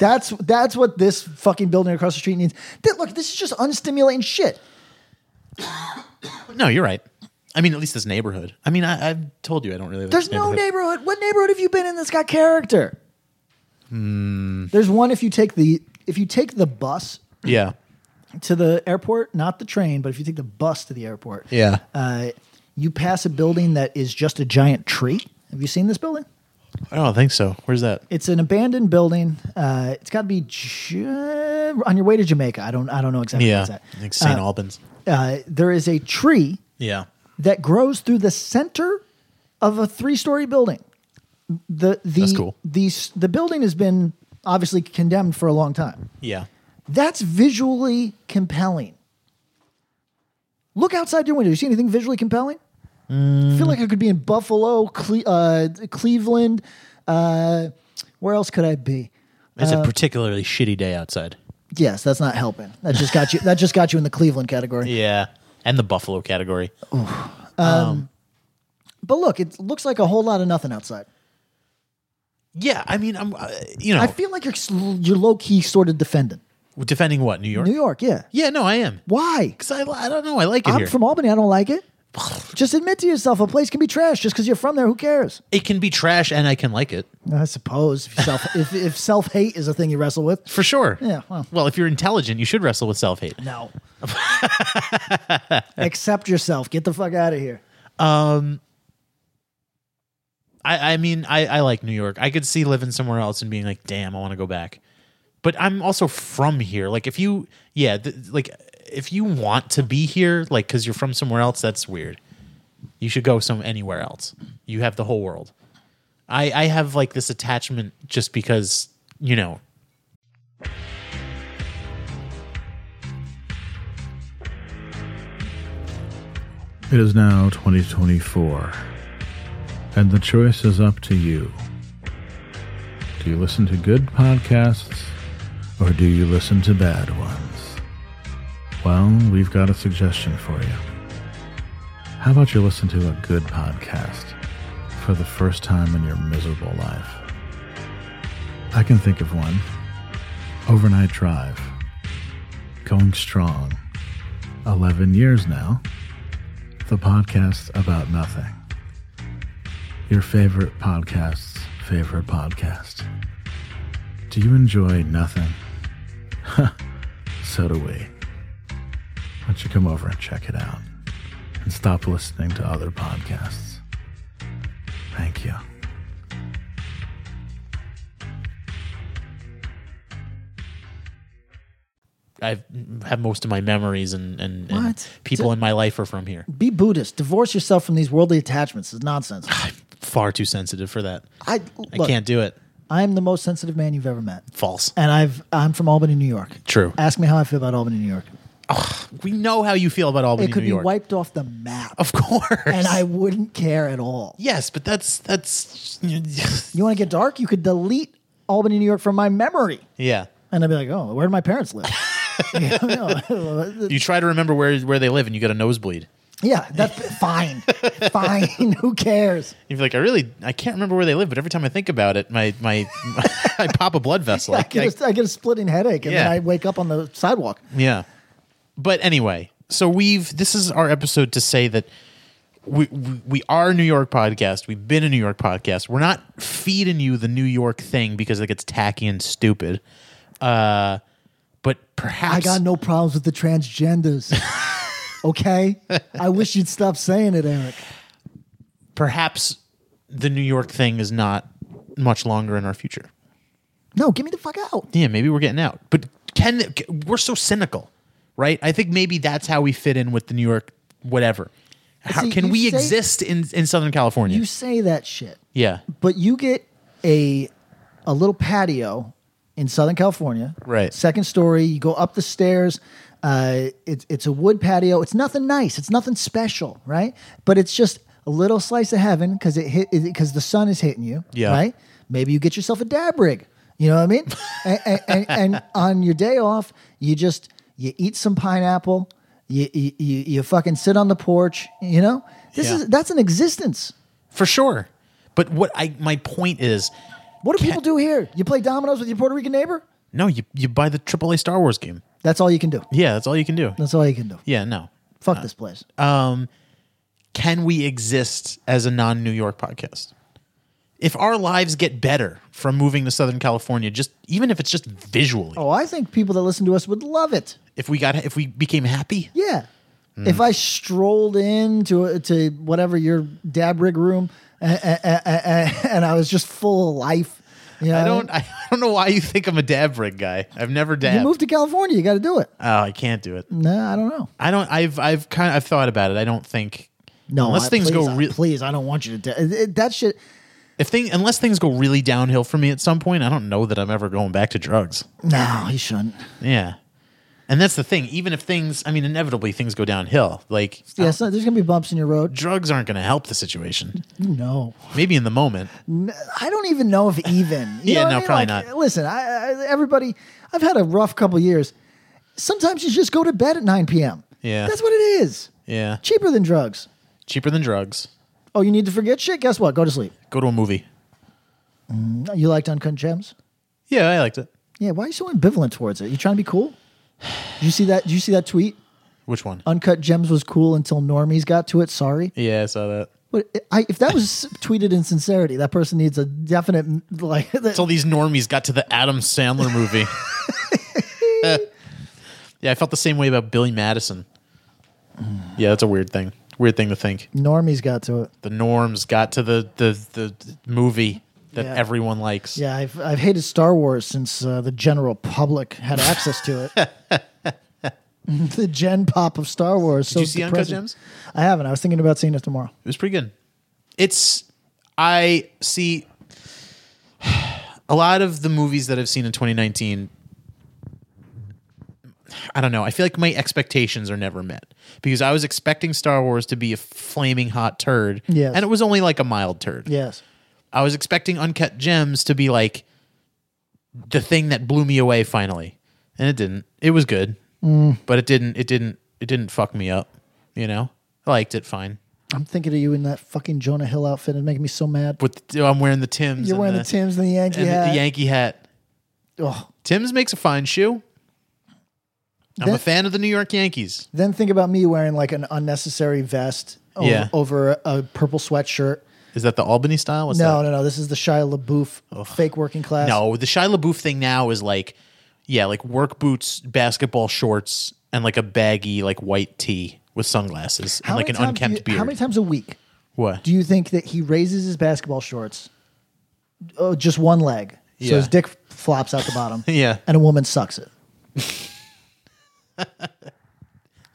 S9: that's that's what this fucking building across the street needs. Th- look, this is just unstimulating shit.
S8: No, you're right. I mean, at least this neighborhood. I mean, I, I've told you I don't really. Like
S9: There's
S8: this
S9: no neighborhood. What neighborhood have you been in that's got character? There's one if you take the if you take the bus
S8: Yeah,
S9: to the airport, not the train, but if you take the bus to the airport,
S8: yeah.
S9: uh, you pass a building that is just a giant tree. Have you seen this building?
S8: I don't think so. Where's that?
S9: It's an abandoned building. Uh, it's got to be Ja- on your way to Jamaica. I don't. I don't know exactly.
S8: yeah,
S9: what's that.
S8: I think St.
S9: Uh,
S8: Albans.
S9: Uh, there is a tree
S8: Yeah.
S9: that grows through the center of a three-story building. The the
S8: That's cool.
S9: the s- the building has been obviously condemned for a long time.
S8: Yeah.
S9: That's visually compelling. Look outside your window. You see anything visually compelling? I feel like I could be in Buffalo, Cle- uh, Cleveland. Uh, where else could I be?
S8: It's
S9: Uh,
S8: a particularly shitty day outside.
S9: yes, that's not helping. That just got you. that just got you in the Cleveland category.
S8: Yeah. And the Buffalo category.
S9: Um, but look, it looks like a whole lot of nothing outside.
S8: Yeah, I mean, I'm uh, you know,
S9: I feel like you're s- you're low key sort of defending
S8: defending what? New York?
S9: New York. Yeah,
S8: Yeah, no, I am.
S9: Why?
S8: Because I, I don't know. I like it
S9: I'm
S8: here.
S9: from Albany. I don't like it. just admit to yourself a place can be trash just because you're from there. Who cares?
S8: it can be trash and I can like it.
S9: I suppose if self if, if self hate is a thing you wrestle with.
S8: For sure.
S9: Yeah, well.
S8: Well, if you're intelligent, you should wrestle with self hate.
S9: No. Accept yourself. Get the fuck out of here.
S8: Um, I, I mean, I, I like New York. I could see living somewhere else and being like, damn, I want to go back. But I'm also from here. Like, if you, yeah, th- like, if you want to be here, like, because you're from somewhere else, that's weird. You should go some anywhere else. You have the whole world. I, I have like this attachment just because, you know,
S10: It is now 2024, and the choice is up to you. Do you listen to good podcasts, or do you listen to bad ones? Well, we've got a suggestion for you. How about you listen to a good podcast for the first time in your miserable life? I can think of one Overnight Drive, going strong, 11 years now the podcast about nothing. Your favorite podcast's favorite podcast. Do you enjoy nothing? so do we. Why don't you come over and check it out and stop listening to other podcasts? Thank you.
S8: I have most of my memories and, and, and
S9: What?
S8: people
S9: Dude.
S8: in my life are from here.
S9: Be Buddhist. Divorce yourself from these worldly attachments. It's nonsense.
S8: Far too sensitive for that.
S9: I
S8: I
S9: look,
S8: can't do it.
S9: I am the most sensitive man you've ever met.
S8: False.
S9: And I've I'm from Albany, New York.
S8: True.
S9: Ask me how I feel about Albany, New York.
S8: We know how you feel about Albany,
S9: it could
S8: New
S9: be
S8: York.
S9: wiped off the map.
S8: Of course.
S9: And I wouldn't care at all.
S8: Yes, but that's that's
S9: You want to get dark? You could delete Albany, New York from my memory.
S8: yeah.
S9: And I'd be like, oh, where do my parents live?
S8: You try to remember where where they live, and you get a nosebleed.
S9: yeah, that's fine. fine. Who cares?
S8: You're like, I really, I can't remember where they live, but every time I think about it, my my, I pop a blood vessel.
S9: I
S8: Like, I-
S9: get, a, I get a splitting headache and
S8: Yeah.
S9: then I wake up on the sidewalk.
S8: yeah. But anyway, so we've this is our episode to say that we we we are a New York podcast. We've been a New York podcast. We're not feeding you the New York thing because it gets tacky and stupid. Uh, but perhaps
S9: I got no problems with the transgenders. okay? I wish you'd stop saying it, Eric.
S8: perhaps the New York thing is not much longer in our future.
S9: No, get me the fuck out.
S8: Yeah, maybe we're getting out. But can we're so cynical, right? I think maybe that's how we fit in with the New York whatever. How,
S9: See,
S8: can
S9: you
S8: we
S9: say-
S8: exist in in Southern California?
S9: You say that shit,
S8: yeah,
S9: but you get a a little patio in Southern California.
S8: Right.
S9: Second story, you go up the stairs. Uh, it's it's a wood patio. It's nothing nice. It's nothing special, right? But it's just a little slice of heaven because it hit because the sun is hitting you.
S8: Yeah.
S9: Right. Maybe you get yourself a dab rig. You know what I mean? and, and, and, and on your day off, you just you eat some pineapple. You you, you, you fucking sit on the porch. You know this
S8: Yeah.
S9: is that's an existence.
S8: for sure. But what I my point is,
S9: What do people do here? You play dominoes with your Puerto Rican neighbor?
S8: no, you you buy the AAA Star Wars game.
S9: That's all you can do.
S8: Yeah, that's all you can do.
S9: That's all you can do.
S8: Yeah, no.
S9: Fuck this place.
S8: Um, can we exist as a non-New York podcast? If our lives get better from moving to Southern California, just even if it's just visually,
S9: Oh, I think people that listen to us would love it.
S8: if we got if we became happy, Hmm.
S9: uh, Yeah. If I strolled into to whatever your dab rig room and, and, and, and I was just full of life. You know
S8: I
S9: what mean?
S8: don't. I don't know why you think I'm a dab rig guy. I've never dabbed.
S9: You moved to California, you got to do it.
S8: oh, I can't do it.
S9: No, I don't know.
S8: I don't. I've. I've kind. of I've thought about it. I don't think.
S9: No,
S8: unless
S9: I-
S8: things go
S9: please, I-
S8: real.
S9: please, I don't want you to. da- it- it- that shit.
S8: If thing, unless things go really downhill for me at some point, I don't know that I'm ever going back to drugs.
S9: No, you shouldn't.
S8: Yeah, and that's the thing. Even if things, I mean, inevitably things go downhill. Like
S9: Yeah, so there's gonna be bumps in your road.
S8: drugs aren't going to help the situation.
S9: No,
S8: Maybe in the moment.
S9: N- I don't even know if even. You
S8: Yeah,
S9: know what
S8: no,
S9: I
S8: probably
S9: mean? Like,
S8: not.
S9: Listen, I, I, everybody, I've had a rough couple years. Sometimes you just go to bed at 9 p.m.
S8: Yeah.
S9: That's what it is.
S8: Yeah.
S9: Cheaper than drugs.
S8: Cheaper than drugs.
S9: Oh, you need to forget shit? Guess what? Go to sleep.
S8: Go to a movie.
S9: Mm, You liked Uncut Gems?
S8: Yeah, I liked it.
S9: Yeah, why are you so ambivalent towards it? You trying to be cool? Did you see that? Did you see that tweet?
S8: Which one?
S9: Uncut Gems was cool until normies got to it. Sorry.
S8: Yeah, I saw that.
S9: What, I, if that was tweeted in sincerity, that person needs a definite like.
S8: Until these normies got to the Adam Sandler movie. yeah, I felt the same way about Billy Madison. Yeah, that's a weird thing. Weird thing to think.
S9: Normies got to it.
S8: The norms got to the the, the movie that
S9: Yeah.
S8: everyone likes.
S9: Yeah, I've, I've hated Star Wars since uh, the general public had access to it. the gen pop of Star Wars.
S8: Did
S9: so
S8: you see Uncut
S9: depressing.
S8: Gems?
S9: I haven't. I was thinking about seeing it tomorrow.
S8: It was pretty good. It's I see a lot of the movies that I've seen in 2019 I don't know. I feel like my expectations are never met because I was expecting Star Wars to be a flaming hot turd
S9: Yes.
S8: and it was only like a mild turd.
S9: Yes.
S8: I was expecting Uncut Gems to be like the thing that blew me away finally. And it didn't. It was good,
S9: Mm.
S8: but it didn't it didn't it didn't fuck me up, you know? I liked it fine.
S9: I'm thinking of you in that fucking Jonah Hill outfit and making me so mad.
S8: with the, I'm wearing the Tim's.
S9: You're
S8: and
S9: wearing the Timbs and the Yankee
S8: and
S9: hat.
S8: The Yankee hat.
S9: Ugh.
S8: Tim's makes a fine shoe. I'm a
S9: That-
S8: fan of the New York Yankees.
S9: Then think about me wearing like an unnecessary vest over,
S8: Yeah.
S9: over a purple sweatshirt.
S8: Is that the Albany style? What's
S9: no,
S8: that?
S9: no, no. This is the Shia LaBeouf fake working class.
S8: No, the Shia LaBeouf thing now is like, yeah, like work boots, basketball shorts, and like a baggy like white tee with sunglasses
S9: How
S8: and like
S9: many
S8: an
S9: times do
S8: unkempt
S9: you-
S8: beard.
S9: How many times a week
S8: what?
S9: do you think that he raises his basketball shorts? Oh, just one leg. So his
S8: Yeah.
S9: dick flops out the bottom.
S8: Yeah.
S9: And a woman sucks it.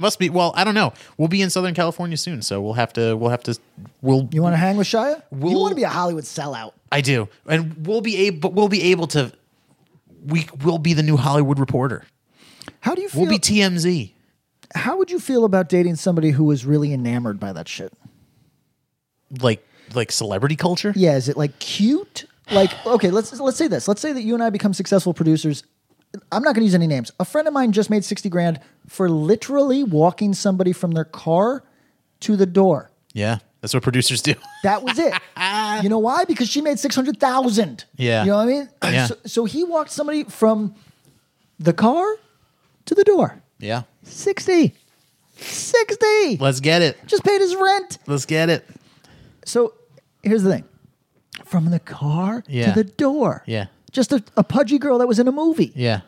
S8: Must be. Well, I don't know. We'll be in Southern California soon, so we'll have to. We'll have to. We'll.
S9: You want to hang with Shia?
S8: We'll-
S9: you want to be a Hollywood sellout.
S8: I do, and we'll be able. But we'll be able to. We will be the new Hollywood reporter.
S9: How do you feel?
S8: We'll be TMZ.
S9: how would you feel about dating somebody who was really enamored by that shit?
S8: like like celebrity culture.
S9: Yeah, is it like cute? Like, okay, let's let's say this. Let's say that you and I become successful producers. I'm not going to use any names. A friend of mine just made sixty grand for literally walking somebody from their car to the door.
S8: Yeah, that's what producers do.
S9: That was it. you know why? Because she made six hundred thousand.
S8: Yeah.
S9: you know what I mean.
S8: Yeah.
S9: So, so he walked somebody from the car to the door.
S8: Yeah,
S9: 60. 60.
S8: let's get it.
S9: Just paid his rent.
S8: Let's get it.
S9: So here's the thing from the car
S8: Yeah.
S9: to the door.
S8: Yeah,
S9: Just a, a pudgy girl that was in a movie.
S8: yeah.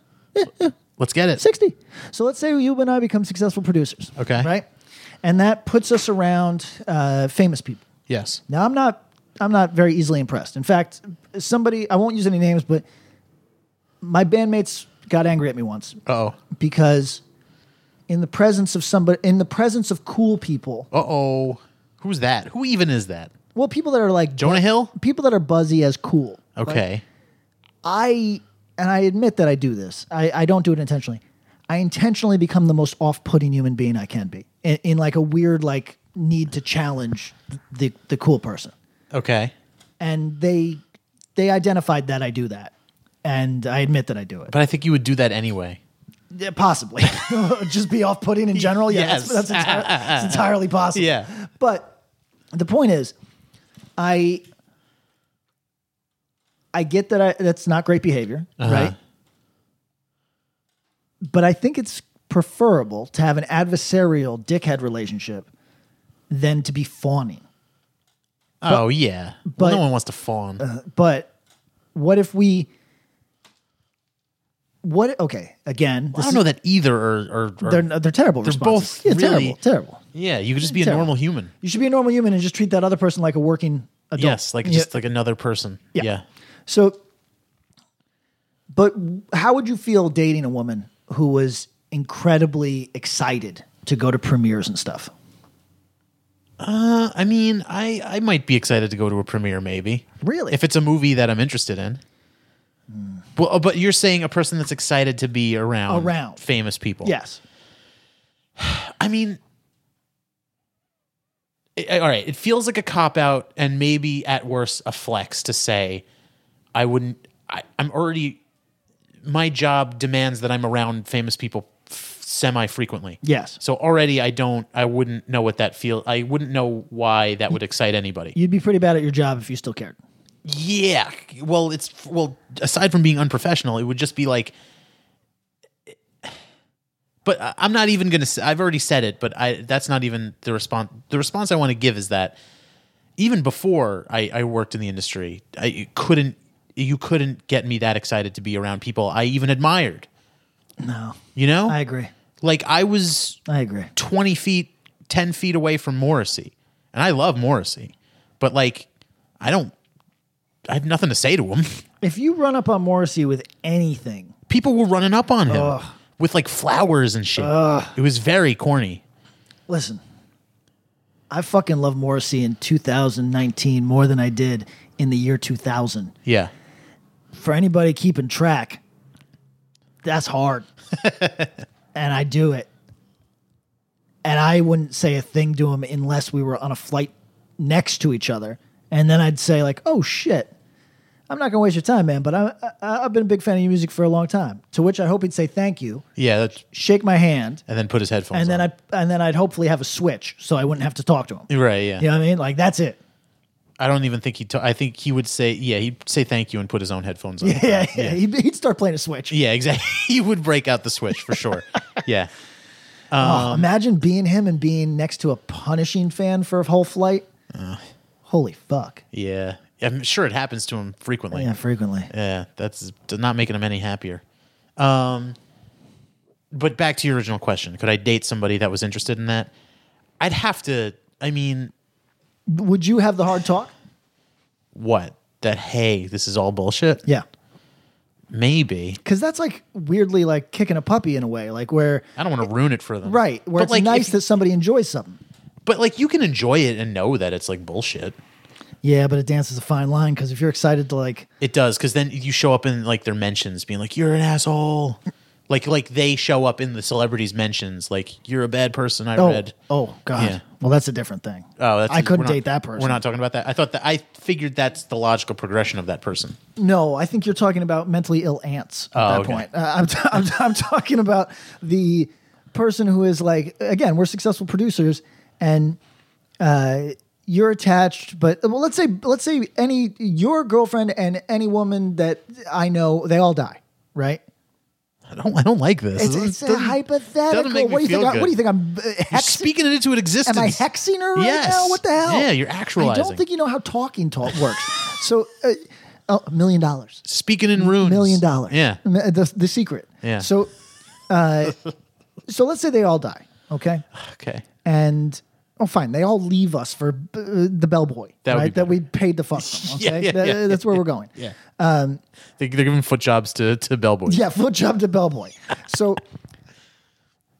S8: let's get it.
S9: 60. So let's say you and I become successful producers.
S8: Okay.
S9: Right? And that puts us around uh, famous people.
S8: Yes.
S9: Now I'm not I'm not very easily impressed. In fact, somebody I won't use any names, but my bandmates got angry at me once
S8: Oh.
S9: because in the presence of somebody in the presence of cool people,
S8: Uh oh. Who's that? Who even is that?
S9: well, people that are like
S8: Jonah Hill.
S9: people that are buzzy as cool. right?
S8: Okay.
S9: I and I admit that I do this. I, I don't do it intentionally. I intentionally become the most off-putting human being I can be in, in like a weird like need to challenge the the cool person.
S8: Okay.
S9: And they they identified that I do that, and I admit that I do it.
S8: But I think you would do that anyway.
S9: Yeah, possibly just be off-putting in general. Yeah, that's, that's, entire- that's entirely possible.
S8: Yeah.
S9: But the point is, I I get that I, that's not great behavior,
S8: Uh-huh.
S9: right? But I think it's preferable to have an adversarial dickhead relationship than to be fawning.
S8: Oh yeah. But
S9: but- uh,
S8: no one wants to fawn.
S9: But what if we what? Okay, again,
S8: I don't know that either are, are, are
S9: they're they're terrible.
S8: They're
S9: responses.
S8: both
S9: yeah,
S8: really
S9: terrible, terrible.
S8: Yeah, you could just be a
S9: Terrible.
S8: normal human.
S9: You should be a normal human and just treat that other person like a working adult.
S8: Yes, like
S9: Yeah.
S8: just like another person.
S9: Yeah.
S8: yeah.
S9: So, but w- how would you feel dating a woman who was incredibly excited to go to premieres and stuff?
S8: Uh, I mean, I I might be excited to go to a premiere, maybe.
S9: Really?
S8: If it's a movie that I'm interested in. Well, uh, but you're saying a person that's excited to be around
S9: Around.
S8: famous people.
S9: Yes.
S8: I mean, it- all right. It feels like a cop out, and maybe at worst a flex to say, I wouldn't. I, I'm already. My job demands that I'm around famous people f- semi frequently.
S9: Yes.
S8: So already I don't. I wouldn't know what that feel. I wouldn't know why that would excite anybody.
S9: You'd be pretty bad at your job if you still cared.
S8: Yeah. Well, it's well aside from being unprofessional, it would just be like. But I- I'm not even gonna. s- I've already said it, but I that's not even the response. The response I want to give is that even before I, I worked in the industry, I you couldn't. You couldn't get me that excited to be around people I even admired.
S9: No,
S8: You know,
S9: I agree.
S8: like I was
S9: I agree.
S8: 20 feet, 10 feet away from Morrissey. And I love Morrissey. But like I don't I have nothing to say to him.
S9: If you run up on Morrissey with anything,
S8: People were running up on him with like flowers and shit. It was very corny.
S9: listen, I fucking love Morrissey in 2019 more than I did in the year 2000.
S8: Yeah.
S9: for anybody keeping track, that's hard. and I do it. And I wouldn't say a thing to him unless we were on a flight next to each other. And then I'd say, like, oh shit, I'm not going to waste your time, man, but I, I, I've been a big fan of your music for a long time. To which I hope he'd say thank you,
S8: Yeah, that's,
S9: shake my hand,
S8: and then put his headphones
S9: and then, I'd, and then I'd hopefully have a switch so I wouldn't have to talk to him.
S8: on. Right, yeah.
S9: You know what I mean? Like, that's it.
S8: I don't even think he ta- I think he would say yeah, he'd say thank you and put his own headphones on.
S9: Yeah, yeah. He'd, he'd start playing a switch.
S8: Yeah, exactly. he would break out the switch for sure. yeah.
S9: Oh,
S8: Um,
S9: imagine being him and being next to a punishing fan for a whole flight. Holy fuck.
S8: Yeah. I'm sure it happens to him frequently.
S9: Yeah, frequently.
S8: Yeah, that's that's not making him any happier. Um, but back to your original question: Could I date somebody that was interested in that? I'd have to. I mean,
S9: Would you have the hard talk?
S8: what? That hey, this is all bullshit.
S9: Yeah,
S8: maybe.
S9: Because that's like weirdly like kicking a puppy in a way, like where,
S8: I don't want to ruin it for them.
S9: right, where
S8: But
S9: it's
S8: like,
S9: nice
S8: if-
S9: that somebody enjoys something.
S8: but like, you can enjoy it and know that it's like bullshit.
S9: Yeah, but it dances a fine line because if you're excited to like,
S8: It does because then you show up in like their mentions, being like, "You're an asshole." Like, like they show up in the celebrities' mentions, like "You're a bad person." I
S9: oh,
S8: read.
S9: oh god,
S8: Yeah.
S9: well that's a different thing.
S8: Oh, that's
S9: I couldn't
S8: we're not-
S9: date that person.
S8: We're not talking about that. I thought that I figured that's the logical progression of that person.
S9: No, I think you're talking about mentally ill ants at
S8: Oh,
S9: that
S8: okay.
S9: point. Uh, I'm, t- I'm, I'm talking about the person who is like, again, we're successful producers, and uh, you're attached. But well, let's say, let's say any your girlfriend and any woman that I know, they all die, right?
S8: I don't. I don't like this.
S9: It's,
S8: This
S9: it's a
S8: doesn't-
S9: hypothetical.
S8: doesn't make
S9: what
S8: me
S9: do you
S8: feel
S9: think? I, what do you
S8: good.
S9: think? I'm uh,
S8: You're
S9: hexing?
S8: speaking it into an existence.
S9: Am I hexing her right
S8: Yes.
S9: now? What the hell?
S8: Yeah, you're
S9: I don't
S8: actualizing.
S9: think you know how talking talk works. so, uh, oh, a million dollars.
S8: Speaking in runes.
S9: Million dollars.
S8: Yeah.
S9: M- uh, The, the secret.
S8: Yeah.
S9: So, uh, so let's say they all die. Okay.
S8: Okay.
S9: And oh, fine, they all leave us for b- uh, the bellboy.
S8: That would be
S9: right. that we paid the fuck. From,
S8: Yeah,
S9: okay.
S8: yeah,
S9: That-
S8: yeah,
S9: that's where we're going.
S8: Yeah.
S9: Um,
S8: They, they're giving foot jobs to to bellboys.
S9: yeah, foot job to bellboy. So,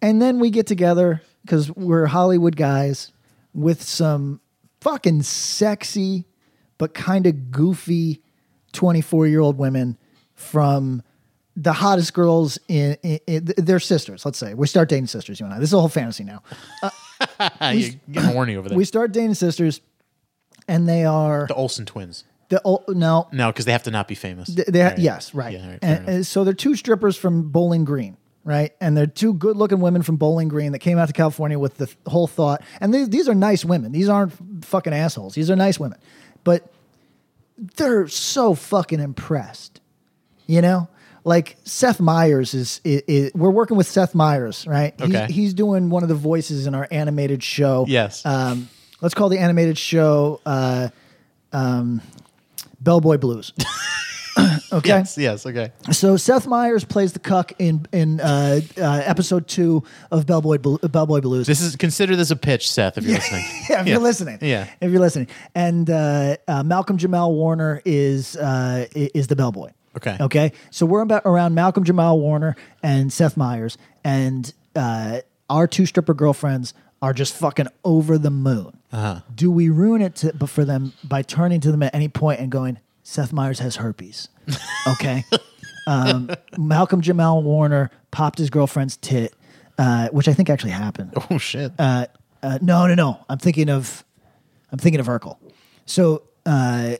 S9: and then we get together because we're Hollywood guys with some fucking sexy but kind of goofy 24 year old women from the hottest girls in, in, in their sisters. Let's say we start dating sisters, you and I. This is a whole fantasy now.
S8: you're getting horny over there.
S9: We start dating sisters, and they are
S8: the Olsen twins.
S9: the oh, no.
S8: No, because they have to not be famous.
S9: Th- They,
S8: All right.
S9: Yes, right. Eh,
S8: all right, fair
S9: and, and so they're two strippers from Bowling Green, right? And they're two good looking women from Bowling Green that came out to California with the th- whole thought. And they, these are nice women. These aren't f- fucking assholes. These are nice women. But they're so fucking impressed, you know? Like Seth Meyers is, i i we're working with Seth Meyers, right?
S8: Okay.
S9: He's, he's doing one of the voices in our animated show.
S8: Yes.
S9: Um, let's call the animated show uh, um, Bellboy Blues. Okay.
S8: yes. Yes. Okay.
S9: So Seth Meyers plays the cuck in in uh, uh, episode two of Bellboy Blu- Bellboy Blues.
S8: This is consider this a pitch, Seth. If you're listening,
S9: yeah, if you're listening.
S8: Yeah.
S9: if you're listening. And uh, uh, Malcolm Jamal Warner is uh, i- is the bellboy.
S8: Okay.
S9: Okay. So we're about around Malcolm Jamal Warner and Seth Meyers, and uh, our two stripper girlfriends are just fucking over the moon.
S8: Uh-huh.
S9: Do we ruin it to, but for them by turning to them at any point and going, Seth Meyers has herpes? Okay. um, Malcolm Jamal Warner popped his girlfriend's tit, uh, which I think actually happened.
S8: Oh shit.
S9: Uh, uh, no, no, no. I'm thinking of, I'm thinking of Urkel. So uh,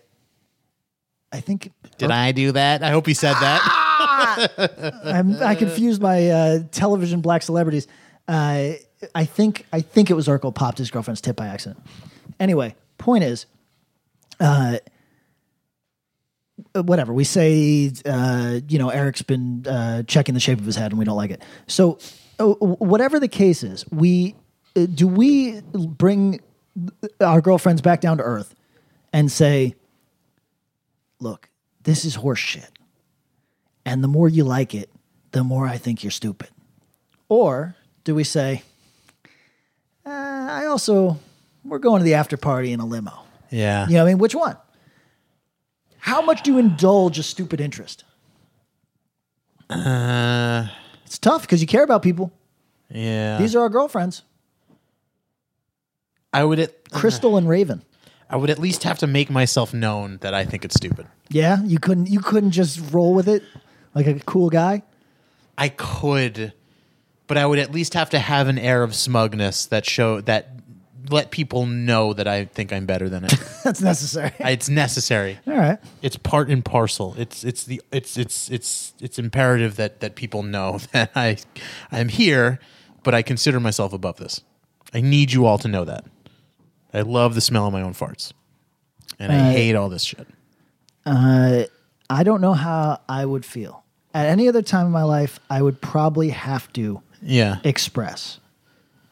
S9: I think
S8: Did I do that? I hope he said that.
S9: I'm, I confused my uh, television black celebrities. Uh, I think I think it was Urkel popped his girlfriend's tip by accident. Anyway, point is, uh, uh, whatever we say, uh, you know, Eric's been uh, checking the shape of his head, and we don't like it. So, uh, whatever the case is, we uh, do we bring our girlfriends back down to earth and say, "Look, this is horse shit." and the more you like it, the more I think you're stupid? Or do we say, uh, I also, we're going to the after party in a limo?
S8: Yeah.
S9: You know what I mean? Which one? How much do you indulge a stupid interest?
S8: Uh,
S9: It's tough because you care about people.
S8: yeah.
S9: These are our girlfriends,
S8: I would at,
S9: Crystal and Raven.
S8: I would at least have to make myself known that I think it's stupid.
S9: Yeah, you couldn't you couldn't just roll with it like a cool guy.
S8: I could, but I would at least have to have an air of smugness that show that let people know that I think I'm better than it.
S9: That's necessary.
S8: it's necessary.
S9: All right.
S8: It's part and parcel. It's it's the it's it's it's it's imperative that that people know that I I'm here, but I consider myself above this. I need you all to know that. I love the smell of my own farts. And I
S9: Uh,
S8: hate all this shit.
S9: Uh, I don't know how I would feel. At any other time in my life, I would probably have to
S8: Yeah.
S9: express.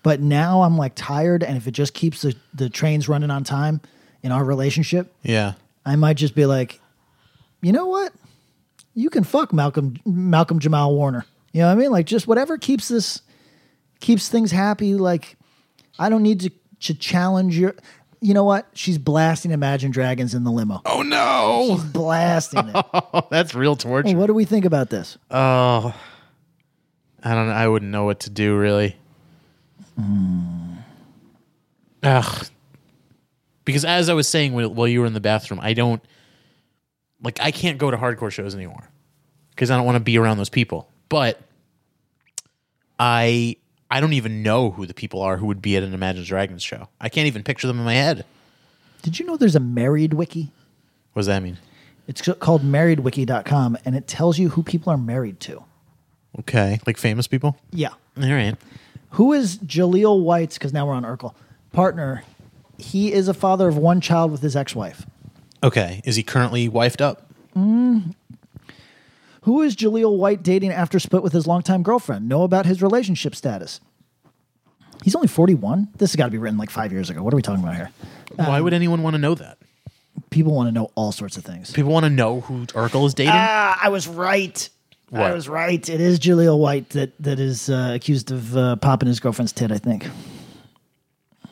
S9: But now I'm like tired, and if it just keeps the, the trains running on time in our relationship,
S8: Yeah.
S9: I might just be like, you know what? You can fuck Malcolm Malcolm Jamal Warner. You know what I mean? Like just whatever keeps this keeps things happy. Like I don't need to to challenge your. You know what? She's blasting Imagine Dragons in the limo.
S8: Oh no.
S9: She's blasting it.
S8: That's real torture.
S9: Hey, Oh, what do we think about this?
S8: Oh, I don't. know. I wouldn't know what to do really. Hmm. Ugh. Because as I was saying when- while you were in the bathroom, I don't like. I can't go to hardcore shows anymore because I don't want to be around those people. But I I don't even know who the people are who would be at an Imagine Dragons show. I can't even picture them in my head.
S9: Did you know there's a married wiki?
S8: What does that mean?
S9: It's called marriedwiki.com and it tells you who people are married to.
S8: Okay, like famous people.
S9: Yeah.
S8: All right.
S9: Who is Jaleel White's, because now we're on Urkel, partner? He is a father of one child with his ex wife.
S8: Okay. Is he currently wifed up?
S9: Mm. Who is Jaleel White dating after split with his longtime girlfriend? Know about his relationship status? He's only 41. This has got to be written like five years ago. What are we talking about here?
S8: Why would anyone want to know that?
S9: People want to know all sorts of things.
S8: People want to know who Urkel is dating.
S9: Ah, I was right. I
S8: What?
S9: was right. It is Jaleel White that that is uh, accused of uh, popping his girlfriend's tit. I think.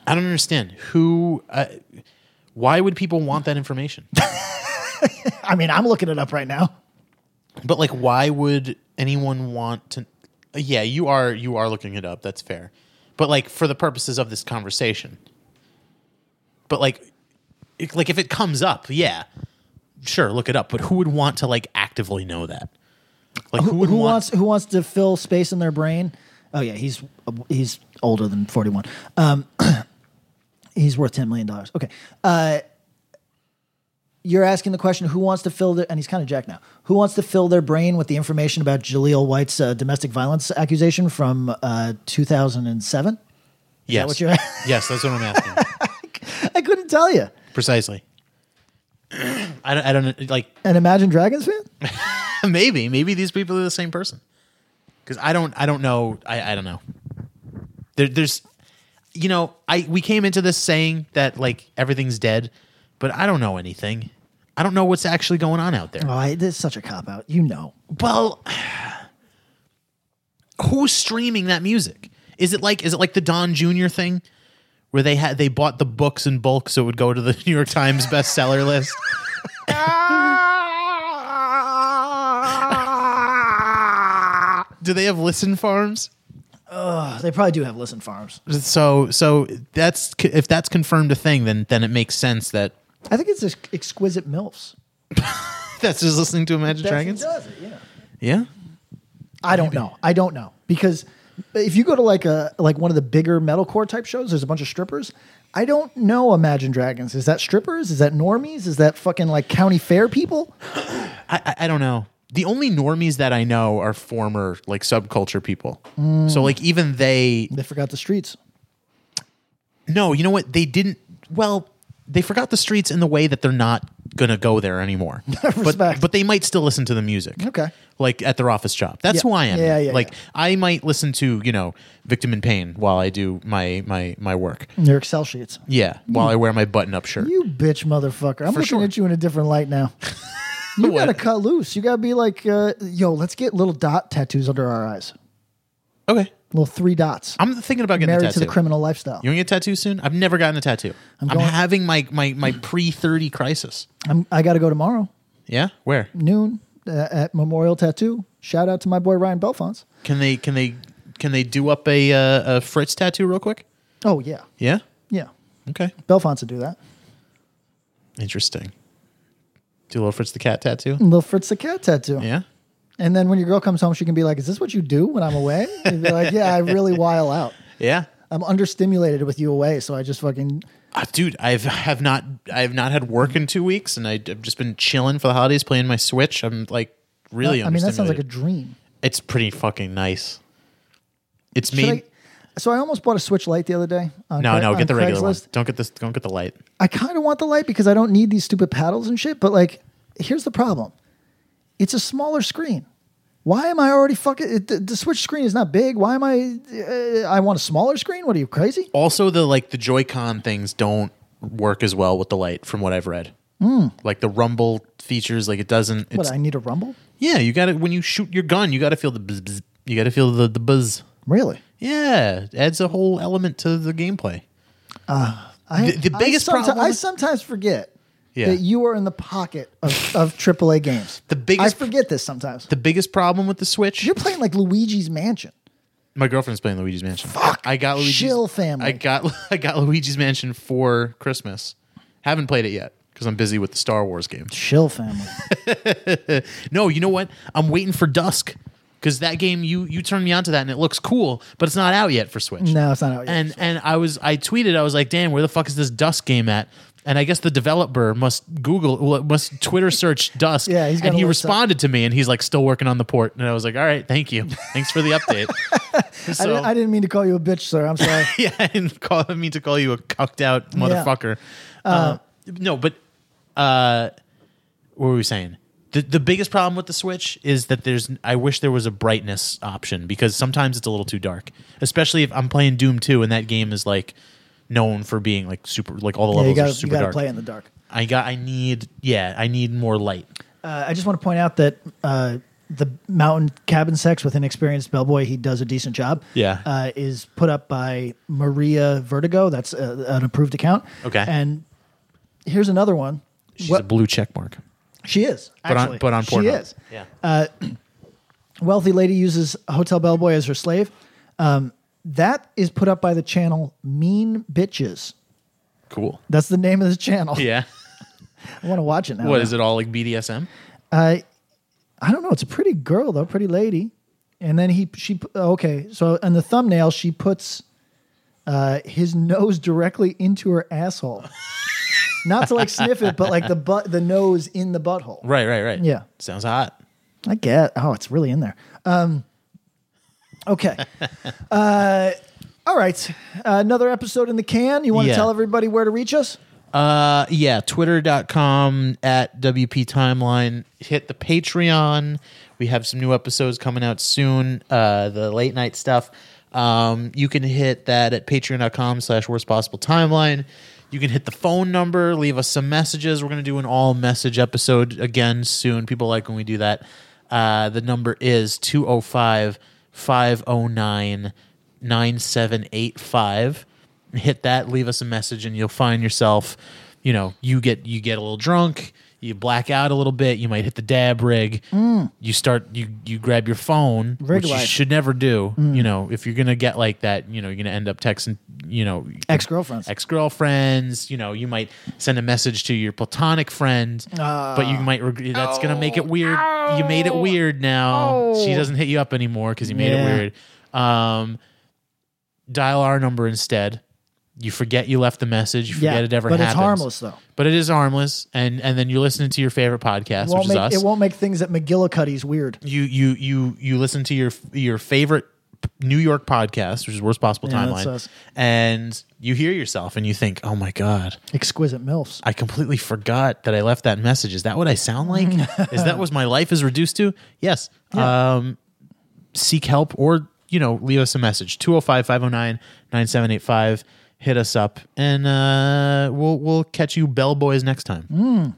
S8: I don't understand who. Uh, why would people want that information?
S9: I mean, I'm looking it up right now.
S8: but like, why would anyone want to? Uh, yeah, you are you are looking it up. That's fair. But like, for the purposes of this conversation. But like, it, like if it comes up, yeah, sure, look it up. But who would want to like actively know that? Like, who would
S9: Who
S8: want?
S9: wants Who wants to fill space in their brain? Oh yeah, he's he's older than 41. Um, he's worth 10 million dollars. Okay. Uh, you're asking the question who wants to fill their and he's kind of jack now who wants to fill their brain with the information about jaleel white's uh, domestic violence accusation from uh, 2007 Is
S8: yes,
S9: that what you're
S8: yes, that's what I'm asking.
S9: I couldn't tell you.
S8: Precisely. I don't, I don't like
S9: An Imagine Dragons fan?
S8: maybe maybe these people are the same person because I don't I don't know I, I don't know there, there's you know I we came into this saying that like everything's dead but I don't know anything I don't know what's actually going on out there.
S9: Oh, I, this is such a cop out. You know.
S8: Well, who's streaming that music? Is it like is it like the Don Jr. thing, where they had they bought the books in bulk so it would go to the New York Times bestseller list? Do they have listen farms?
S9: Ugh, they probably do have listen farms.
S8: So so that's if that's confirmed a thing, then then it makes sense that
S9: I think it's just exquisite milfs.
S8: that's just listening to Imagine Dragons.
S9: does it, yeah.
S8: Yeah.
S9: I don't know. I don't know because if you go to like a like one of the bigger metalcore type shows, there's a bunch of strippers. I don't know Imagine Dragons. Is that strippers? Is that normies? Is that fucking like county fair people?
S8: I, I, I don't know. The only normies that I know are former like subculture people.
S9: Mm.
S8: So like even they
S9: they forgot the streets.
S8: No, you know what? They didn't. Well, they forgot the streets in the way that they're not gonna go there anymore. But, but they might still listen to the music.
S9: Okay.
S8: Like at their office job. That's
S9: Yeah.
S8: who I am.
S9: Yeah, yeah,
S8: Like I might listen to you know Victim in Pain while I do my my my work.
S9: Their Excel sheets.
S8: Yeah, while I wear my button up shirt.
S9: You bitch motherfucker. I'm looking at you in a different light now. You gotta cut loose. You gotta be like, uh, yo, let's get little dot tattoos under our eyes.
S8: Okay.
S9: Little three dots.
S8: I'm thinking about getting a
S9: married to the
S8: tattoo.
S9: criminal lifestyle.
S8: You want to get a tattoo soon? I've never gotten a tattoo. I'm,
S9: going-
S8: having my my my pre thirty crisis.
S9: I'm, I gotta go tomorrow.
S8: Yeah, where
S9: noon uh, at Memorial Tattoo. Shout out to my boy Ryan Belfons.
S8: can they can they can they do up a uh, a Fritz tattoo real quick?
S9: Oh yeah,
S8: Yeah,
S9: yeah.
S8: Okay,
S9: Belfons would do that.
S8: interesting. Do a little Fritz the cat tattoo.
S9: Little Fritz the cat tattoo.
S8: Yeah.
S9: And then when your girl comes home, she can be like, "Is this what you do when I'm away?" And be like, "Yeah, I really while out.
S8: Yeah,
S9: I'm understimulated with you away, so I just fucking
S8: Ah, dude, I've have not I've not had work in two weeks, and I, have just been chilling for the holidays, playing my Switch. I'm like really.
S9: I mean, that sounds like a
S8: understimulated.
S9: dream.
S8: It's pretty fucking nice. It's
S9: Should
S8: made.
S9: I- so I almost bought a Switch Lite the other day. on
S8: no,
S9: Cra-
S8: no,
S9: on
S8: get the regular one.
S9: Craigslist.
S8: Don't get this. Don't get the light.
S9: I kind of want the light because I don't need these stupid paddles and shit. But like, here's the problem: it's a smaller screen. Why am I already fucking? It, the, the Switch screen is not big. Why am I? Uh, I want a smaller screen. What are you crazy?
S8: Also, the like the Joy-Con things don't work as well with the light, from what I've read.
S9: Mm.
S8: Like the rumble features, like it doesn't. It's,
S9: What I need a rumble?
S8: yeah, you got to when you shoot your gun, you got to feel the buzz. buzz. You got to feel the the buzz.
S9: Really?
S8: Yeah, it adds a whole element to the gameplay.
S9: Uh, I,
S8: The- the
S9: I
S8: biggest
S9: someti-
S8: problem-
S9: I sometimes forget
S8: Yeah.
S9: that you are in the pocket of, of AAA games. The
S8: biggest-
S9: I forget this sometimes.
S8: The biggest problem with the Switch.
S9: You're playing like Luigi's Mansion.
S8: My girlfriend's playing Luigi's Mansion. Fuck, I got Luigi's
S9: Chill family.
S8: I got I got Luigi's Mansion for Christmas. Haven't played it yet because I'm busy with the Star Wars game.
S9: Chill family.
S8: no, you know what? I'm waiting for Dusk because that game you you turned me onto that and it looks cool, but it's not out yet for Switch.
S9: No, it's not out yet.
S8: And and I was I tweeted I was like, "Damn, where the fuck is this Dusk game at?" And I guess the developer must Google well, must Twitter search Dusk. yeah,
S9: he's got
S8: and
S9: a
S8: he
S9: list up.
S8: responded to me and he's like, "Still working on the port." And I was like, "All right, thank you. Thanks for the update."
S9: I,
S8: So-
S9: didn't, I didn't mean to call you a bitch, sir. I'm sorry.
S8: yeah, I didn't call, I mean to call you a cucked out
S9: Yeah.
S8: motherfucker. Uh,
S9: Uh,
S8: no, but uh, what were we saying? The, the biggest problem with the Switch is that there's. I wish there was a brightness option because sometimes it's a little too dark, especially if I'm playing Doom 2 and that game is like known for being like super, like all the
S9: yeah,
S8: levels
S9: you
S8: are
S9: gotta, you
S8: super
S9: gotta
S8: dark.
S9: play in the dark.
S8: I got. I need. Yeah, I need more light.
S9: Uh, I just want to point out that uh, the mountain cabin sex with an experienced bellboy, he does a decent job.
S8: Yeah.
S9: uh, is put up by Maria Vertigo. That's uh an approved account.
S8: Okay.
S9: and here's another one.
S8: She's a blue check mark.
S9: She is
S8: But on-
S9: actually.
S8: but on
S9: she
S8: Pornhub.
S9: is.
S8: Yeah.
S9: Uh, wealthy lady uses hotel bellboy as her slave. Um, that is put up by the channel Mean Bitches.
S8: Cool.
S9: That's the name of the channel.
S8: Yeah.
S9: I want to watch it now.
S8: What is it all like BDSM?
S9: Uh, I don't know. It's a pretty girl though, pretty lady. And then he, she, okay. So in the thumbnail, she puts uh, his nose directly into her asshole, not to like sniff it, but like the butt, the nose in the butthole.
S8: Right. Right. Right.
S9: Yeah.
S8: Sounds hot.
S9: I get. Oh, it's really in there. Um, okay. Uh, all right. another episode in the can. You want to
S8: Yeah.
S9: tell everybody where to reach us?
S8: Uh, yeah, twitter.com at WP Timeline. Hit the Patreon. We have some new episodes coming out soon, uh, the late night stuff. Um, you can hit that at patreon.com slash worst possible timeline. You can hit the phone number, leave us some messages. We're going to do an all message episode again soon. People like when we do that. Uh, the number is 205 509 9785. Hit that, leave us a message, and you'll find yourself, you know, you get you get a little drunk, you black out a little bit, you might hit the dab rig,
S9: Mm.
S8: you start you you grab your phone,
S9: Rig
S8: which you
S9: life.
S8: should never do.
S9: Mm.
S8: You know, if you're gonna get like that, you know, you're gonna end up texting, you know,
S9: Ex girlfriends.
S8: ex girlfriends. You know, you might send a message to your platonic friend,
S9: Ah.
S8: but you might reg- that's gonna make it weird. You made it weird now. She
S9: Oh.
S8: doesn't hit you up anymore because you made
S9: Yeah.
S8: it weird. Um, dial our number instead. You forget you left the message. You forget
S9: Yeah,
S8: it ever
S9: but it's
S8: happens.
S9: harmless, though.
S8: But it is harmless, and and then you're listening to your favorite podcast,
S9: it, won't
S8: which
S9: make,
S8: is us
S9: it won't make things at McGillicuddy's weird.
S8: you you you you listen to your your favorite p- New York podcast, which is worst possible
S9: Yeah, that's
S8: timeline,
S9: us.
S8: and you hear yourself and you think, "Oh my god,
S9: Exquisite MILFs.
S8: I completely forgot that I left that message. Is that what I sound like? is that what my life is reduced to?" Yes. Um, seek help or you know leave us a message 205-509-9785 hit us up and uh we'll we'll catch you bellboys next time
S9: Mm.